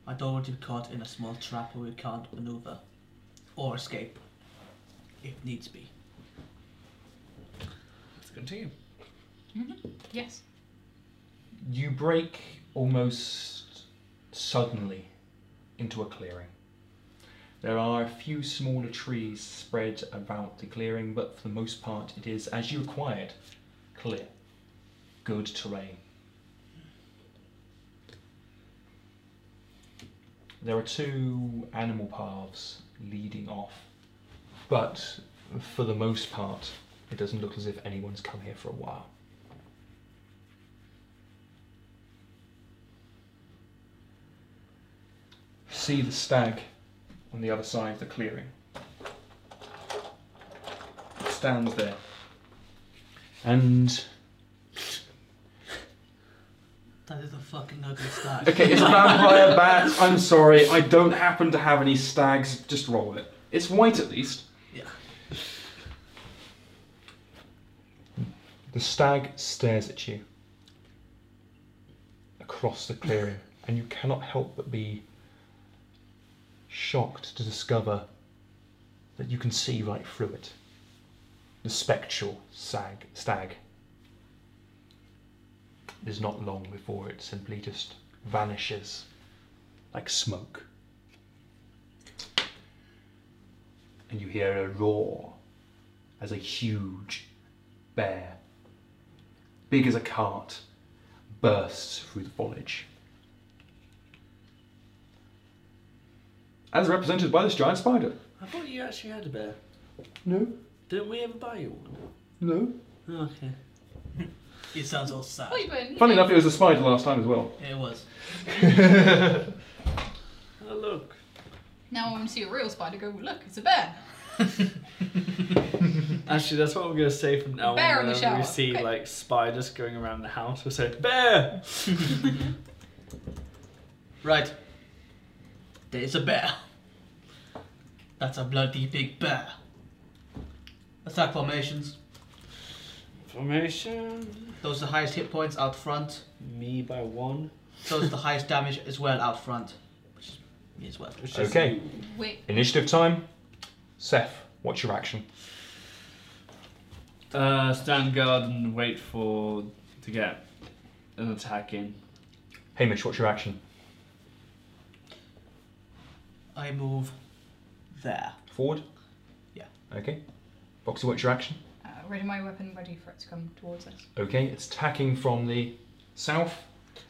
I don't want to be caught in a small trap where we can't maneuver or escape if needs be.
Let's continue.
Yes.
You break almost suddenly into a clearing. There are a few smaller trees spread about the clearing, but for the most part, it is, as you required, clear. Good terrain. There are two animal paths leading off, but for the most part, it doesn't look as if anyone's come here for a while. see the stag on the other side of the clearing. It stands there. And
That is a fucking ugly stag.
okay, it's vampire bat. I'm sorry, I don't happen to have any stags. Just roll it. It's white at least.
Yeah.
The stag stares at you across the clearing, and you cannot help but be shocked to discover that you can see right through it. The spectral sag, stag. It is not long before it simply just vanishes like smoke. And you hear a roar as a huge bear, big as a cart, bursts through the foliage. As represented by this giant spider.
I thought you actually had a bear.
No,
Didn't we ever buy you one?
no.
Okay.
It sounds all sad.
Well, Oh, you win.
Funny enough, it was a spider last time as well.
It was.
Oh look.
Now I want to see a real spider go, look, it's a bear.
Actually, that's what we're gonna say from now
Bear
on.
in the
whenever we
shower.
see
Quick.
like spiders going around the house, we'll say bear.
Right. There's a bear. That's a bloody big bear. Attack formations.
Formation.
Those are the highest hit points out front.
Me by one.
Those are the highest damage as well out front. Which is me as well.
Which is
Okay,
Wait,
initiative time. Seth, what's your action?
Uh, stand guard and wait for to get an attack in.
Hamish, what's your action?
I move there.
Forward?
Yeah.
Okay. Boxy, what's your action?
uh, ready my weapon, ready for it to come towards us.
Okay, it's attacking from the south.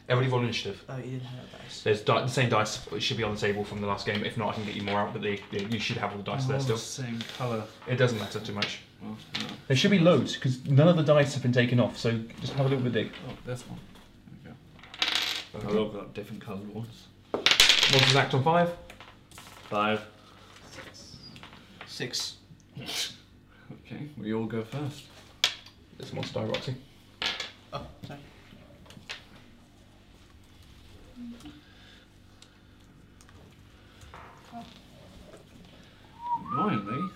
Everybody roll initiative.
Oh, you didn't have that dice.
There's di- the same dice that should be on the table from the last game. If not, I can get you more out, but they, they- you should have all the dice
They're
there
all
still.
the Oh, same color.
It doesn't matter too much.
Well, Oh, no.
There should be loads because none of the dice have been taken off. So just have a little bit.
Oh, this one. There we go.
Okay.
I love that different colored ones.
Monsters act on five.
Five.
Six.
Okay, we all go first.
It's monster die, Roxy.
Oh, sorry.
Annoyingly,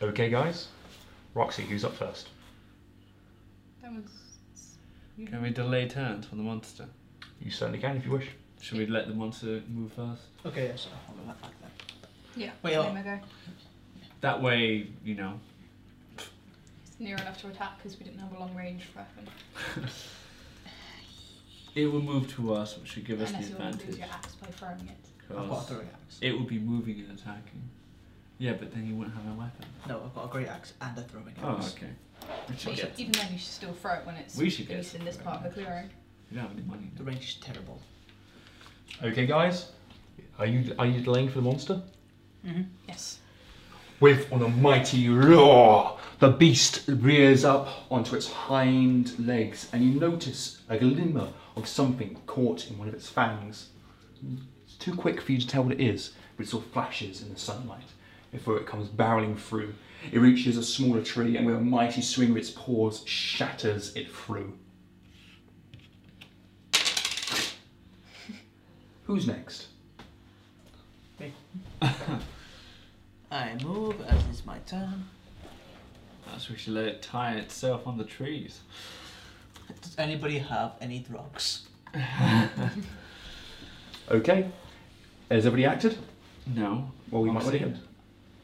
Okay, guys. Roxy, who's up first?
That was You
Can we delay turns for the monster?
You certainly can if you wish.
Should we let the monster move first?
Okay, yes, I'll follow that back then.
Yeah.
Wait,
let
oh.
him go.
That way, you know.
It's near enough to attack because we didn't have a long range weapon.
It will move to us, which should give us
Unless
the
you want to
advantage.
lose your axe by throwing it.
'cause
I've got a throwing axe.
it would be moving and attacking. Yeah, but then you wouldn't have a weapon.
No, I've got a great axe and a throwing axe.
Oh, okay. We should
But you-
get.
even then, you should still throw it when it's
We should
at
get
least in this
some
part of the clearing.
We don't have any money.
The range is terrible.
Okay, guys. Are you are you delaying for the monster?
Yes.
With on a mighty roar, the beast rears up onto its hind legs, and you notice a glimmer of something caught in one of its fangs. It's too quick for you to tell what it is, but it sort of flashes in the sunlight before it comes barreling through. It reaches a smaller tree, and with a mighty swing of its paws, shatters it through. Who's next?
I move as it's my turn.
Perhaps we should let it tie itself on the trees.
Does anybody have any drugs?
Okay. Has everybody acted?
No.
Well, we might
Obviously.
want to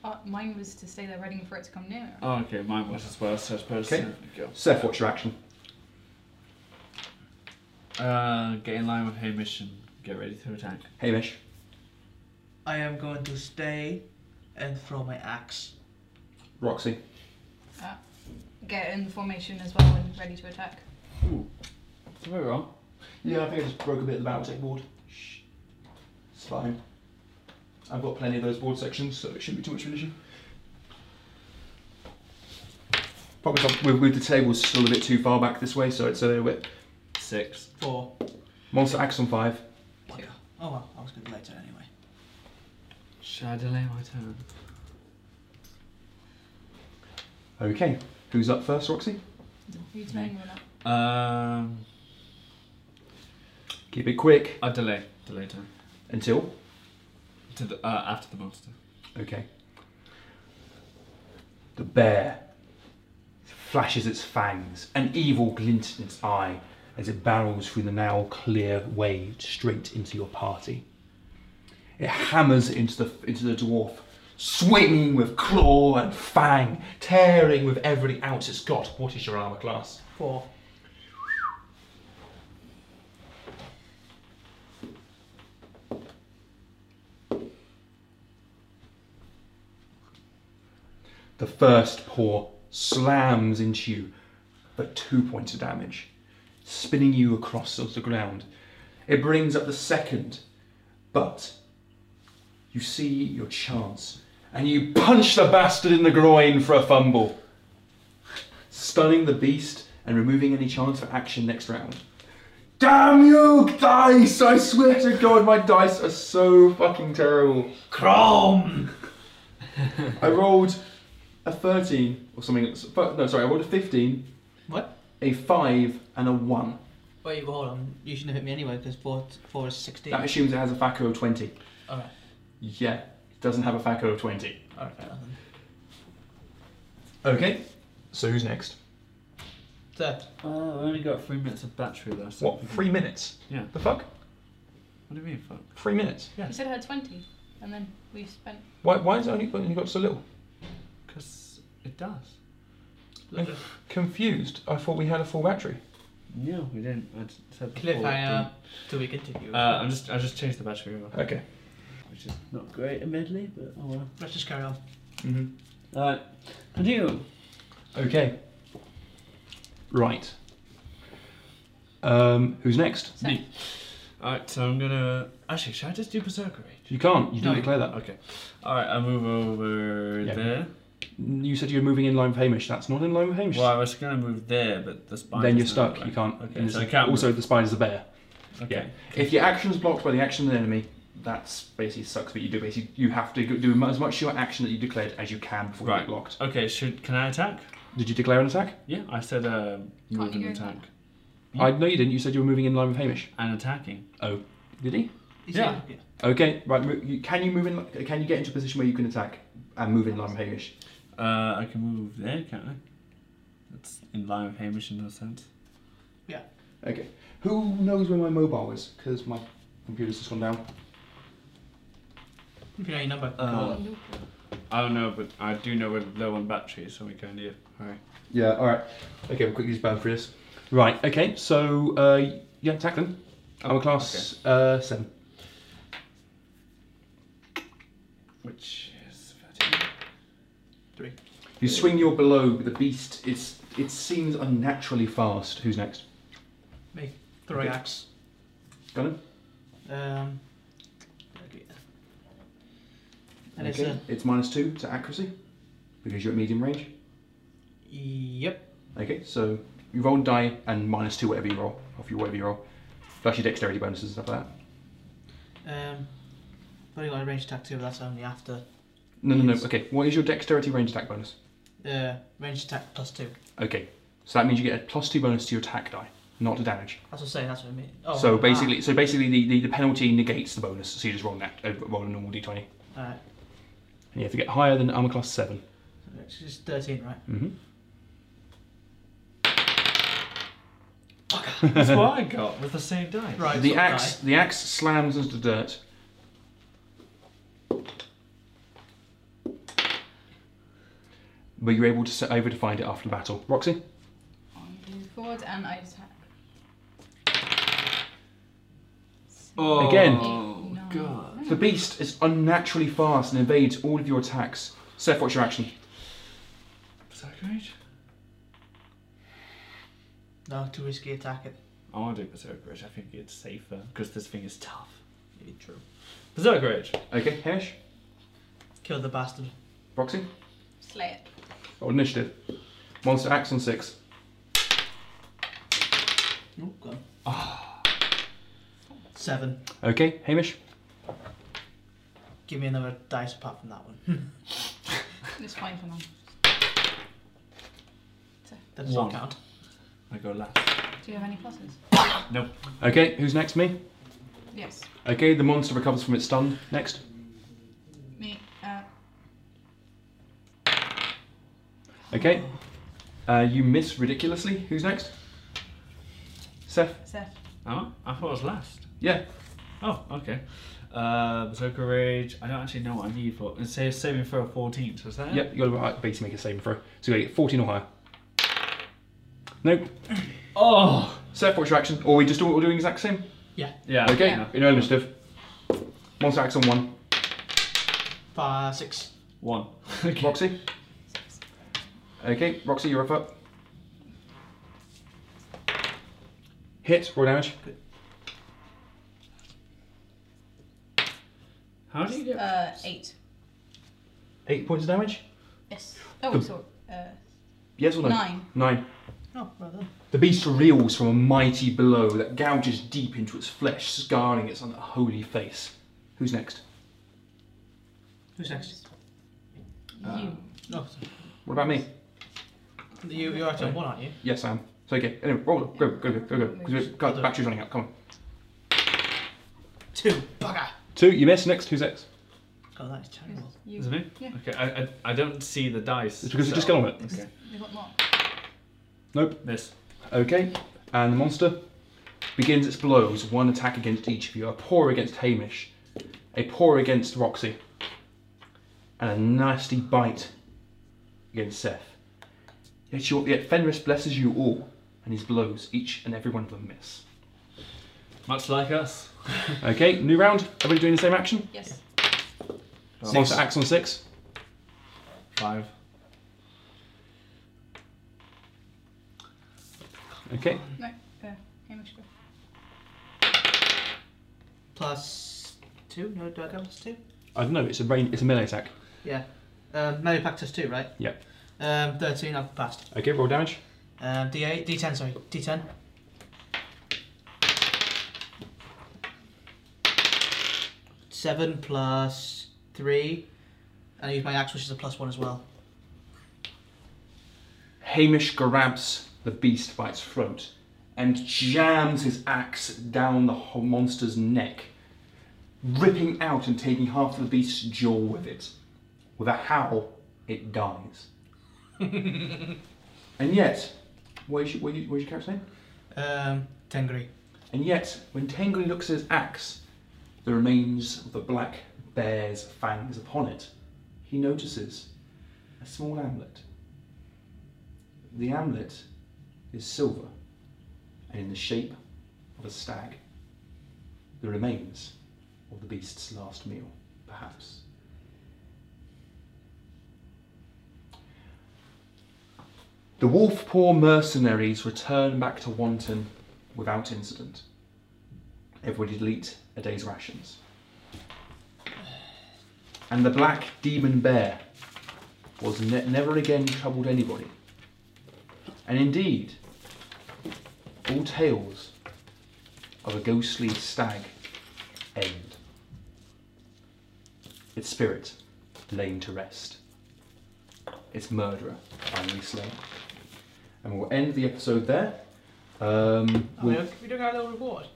Uh, mine was to stay there waiting for it to come near.
Oh, okay, mine was as well, so I suppose.
Okay.
uh, go.
Seth, what's your action?
Uh, get in line with Hamish and get ready to attack.
Hamish.
I am going to stay and throw my axe.
Roxy.
Get in formation as well and ready to attack.
Am I wrong?
Yeah, I think I just broke a bit of the Battletech board. Shh. It's fine. I've got plenty of those board sections, so it shouldn't be too much of an issue. Probably some- we've moved the tables still a bit too far back this way, so it's a little bit.
Six.
Four.
Monster axe on five.
Bugger. Oh well, I was going to later anyway.
Should I delay my turn?
Okay. Who's up first, Roxy?
Are you turning or not?
Um,
Keep it quick.
I delay. Delay turn.
Until.
To the, uh, after the monster.
Okay. The bear flashes its fangs, an evil glint in its eye as it barrels through the now clear way straight into your party. It hammers into the, into the dwarf, swinging with claw and fang, tearing with every ounce it's got. What is your armor class?
Four.
The first paw slams into you for two points of damage, spinning you across the ground. It brings up the second, but you see your chance and you punch the bastard in the groin for a fumble, stunning the beast and removing any chance for action next round. Damn you, dice! I swear to God, my dice are so fucking terrible. Chrome! I rolled a 13 or something. No, sorry, I rolled a 15,
What?
a 5, and a 1.
Wait, hold on. You shouldn't have hit me anyway because four, four is 16.
That assumes it has a FACO of 20.
Alright,
Yeah, it doesn't have a FACO of 20.
alright, fair enough. then.
Okay, so who's next?
Third.
Uh, I only got three minutes of battery left. so-
What, three minutes?
Yeah.
The fuck?
What do you mean, fuck?
Three minutes? Yeah.
You said I had 20, and then we spent.
Why, why has it only got, only got so little?
Because it does.
I'm confused. I thought we had a full battery.
No, we didn't. I just said before.
Cliffhanger till we continue.
Uh, I'm just, I just changed the battery over,
Okay.
which is not great admittedly, but oh well.
Let's just carry on.
Mm-hmm.
Alright, continue.
Okay. Right. Um, who's next?
So,
Me. Alright, so I'm gonna. Actually, should I just do Berserker Rage?
You can't. You didn't
No.
declare that.
Okay. Alright, I move over
Yeah.
there.
You said you were moving in line with Hamish. That's not in line with Hamish.
Well, I was gonna move there, but the spider.
then you're stuck. You can't.
Okay,
and
so I
it's-
can't.
also,
move.
the spider's a bear.
okay.
If your action's blocked by the action of the enemy, that's basically sucks. But you do basically you have to do as much your action that you declared as you can before you
Right.
get blocked.
Okay. Should can I attack?
Did you declare an attack?
Yeah, I said uh, move
you
and
go
attack.
I no, you didn't. You said you were moving in line with Hamish.
And attacking.
Oh, did he?
Is
Yeah.
it-
Okay, right. mo- you- Can you move in? Can you get into a position where you can attack and move in line with Hamish?
Uh, I can move there, can't I? That's in line with Hamish in a sense.
Yeah.
Okay. Who knows where my mobile is? Because my computer's just gone down.
You got your number.
Uh,
Nope.
I don't know, but I do know we're low on batteries, so we can leave. Alright.
Yeah, alright. Okay, we'll quickly use bad for this. Right, okay, so, uh, yeah, attack them. I'm a class uh, 7.
Which is 13.
You swing your below, but the beast, it's, it seems unnaturally fast. Who's next?
Me. Throwing
Okay.
axe.
Gunner?
Um. okay. And it's
okay.
a.
it's minus 2 to accuracy, because you're at medium range.
Yep.
Okay, so you roll and die and minus 2 whatever you roll, off your whatever you roll. Plus your dexterity bonuses and stuff like that.
Um. Very light range attack too, but that's only after.
No, no, no,
Yes.
okay. What is your dexterity range attack bonus?
Uh, range attack plus two.
Okay, so that means you get a plus 2 bonus to your attack die, not to damage.
That's what I'm saying. That's what I mean. Oh,
so basically, so basically, the, the, the penalty negates the bonus. So you just roll that, uh, roll a normal d20, and
Ah, Alright.
you have to get higher than armor class seven.
So It's just 13, right?
Mm-hmm.
That's what I got with the same dice.
Right.
the
so
axe, the axe slams into the dirt. But you're able to set over to find it after the battle. Roxy,
I move forward and I attack.
Oh,
Again.
Eight,
God.
nine.
the beast is unnaturally fast and evades all of your attacks. Seth, what's your action?
Is that great?
die. No, too risky attack it.
I want to do Berserk Rage. I think it's safer because this thing is tough. true. Berserk Rage.
Okay, Hesh,
Kill the bastard.
Roxy,
Slay it.
or initiative. Monster axe on six.
Oh, gone. Seven.
Okay, Hamish.
Give me another dice apart from that one.
It's fine for now.
That does not
One.
count.
I go last.
Do you have any pluses?
Okay, who's next? Me.
Yes.
Okay, the monster recovers from its stun. Next.
Me. Uh,
Okay. Uh, you miss ridiculously. Who's next? Seth.
Seth.
Am I? I thought I was last.
Yeah.
Oh, okay. Uh, Berserker Rage. I don't actually know what I need for. It says saving throw 14, so is that it?
Yep. You got to right, basically make a saving throw. So you got to get 14 or higher. Nope.
Oh!
Seth, what's your action? Or we just do, we're doing exact same?
Yeah.
Okay.
Uh, yeah.
In initiative. Monster axe on one.
Five, six.
One. okay.
Roxy. Okay, Roxy, you're up. up. Hit. Roll damage.
How do you get.
Uh, eight.
Eight points of damage.
Yes. Oh, so uh,
Yes or no?
nine.
Nine.
Oh, well done.
The beast reels from a mighty blow that gouges deep into its flesh, scarring its unholy face. Who's next?
Who's next?
You.
No, sorry.
What about me?
you, you're actually on one, aren't you?
Yes, I am. So okay, anyway, roll up, go, go, go, go, go. Because the battery's running out. Come on.
Two. Bugger.
Two, you miss. Next, who's next?
God, that is terrible.
You.
Is it me?
Yeah.
Okay, I, I, I don't see the dice.
It's because you
so-
just got on it.
Okay.
You got more.
This.
Okay, and the monster begins its blows. One attack against each of you. A paw against Hamish, a paw against Roxy, and a nasty bite against Seth. Yet, your, yet Fenris blesses you all, and his blows, each and every one of them, miss.
Much like us.
Okay, new round. Everybody doing the same action?
Yes.
Monster axe on six.
Five.
Okay.
No. Uh, Hamish. go.
Plus two? No, do I get plus two?
I don't know. It's a rain. It's a melee attack.
Yeah. Um, melee practice two, right?
Yep.
Um, 13, I've passed.
Okay. Roll damage.
Um, D8, D10, sorry. D10. Seven plus three. And I use my axe, which is a plus one as well.
Hamish grabs the beast by its throat and jams his axe down the ho- monster's neck, ripping out and taking half of the beast's jaw with it. With a howl, it dies. and yet, what is, your, what is your character's name?
Um, Tengri.
And yet, when Tengri looks at his axe, the remains of the black bear's fangs upon it, he notices a small amulet. The amulet is silver and in the shape of a stag. The remains of the beast's last meal, perhaps. The wolf paw mercenaries return back to Wanton without incident. Everybody delete a day's rations. And the black demon bear was ne- never again troubled anybody. And indeed, all tales of a ghostly stag end. Its spirit laid to rest. Its murderer finally slain. And we'll end the episode there. Um, with-
we don't have a little reward.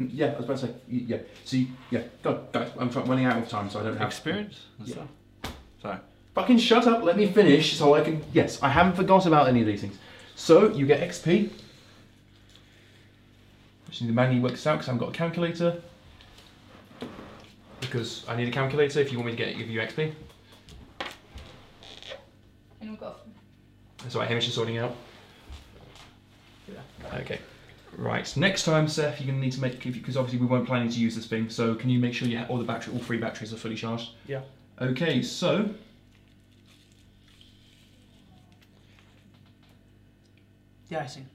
Mm, Yeah, I was about to say, y- yeah. So, you, yeah, God, guys, I'm try- running out of time, so I don't have.
Experience? and
Yeah.
stuff. Sorry.
Fucking shut up, let me finish so I can. Yes, I haven't forgot about any of these things. So, you get XP. Which the manually works out because I haven't got a calculator. Because I need a calculator if you want me to get give you XP.
And we've got
That's right, Hamish is sorting out. Yeah. Okay. Right. Next time, Seth, you're gonna need to make because obviously we weren't planning to use this thing. So can you make sure you ha all the battery, all three batteries are fully charged?
Yeah.
Okay. So.
The icing.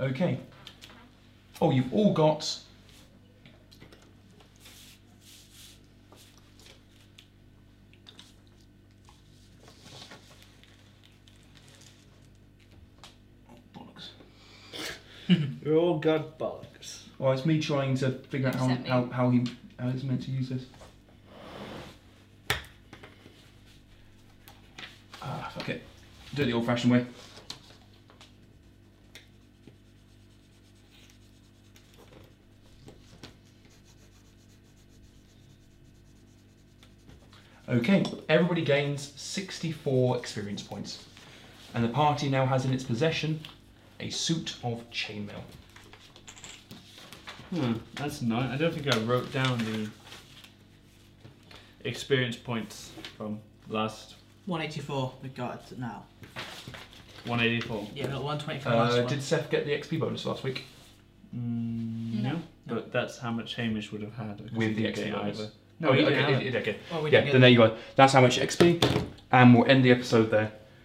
Okay. Oh, you've all got. Oh, bollocks.
We all got bollocks.
Well, it's me trying to figure out how,
Except me.
how, how he how he's meant to use this. Ah, fuck it. Do it the old fashioned way. Okay, everybody gains 64 experience points. And the party now has in its possession a suit of chainmail.
Hmm, that's nice. I don't think I wrote down the experience points from last
184 we got it now.
184.
Yeah, we got 120 from last
Uh,
one.
did Seth get the XP bonus last week?
Mm,
No.
no. But that's how much Hamish would have had. because
With
he
the
didn't
XP
get
bonus.
either.
Oh,
No, he
yeah,
didn't
okay,
have
it-
it.
it- okay.
Oh, we
Yeah,
didn't
then
get
there you go. That's how much XP, and we'll end the episode there.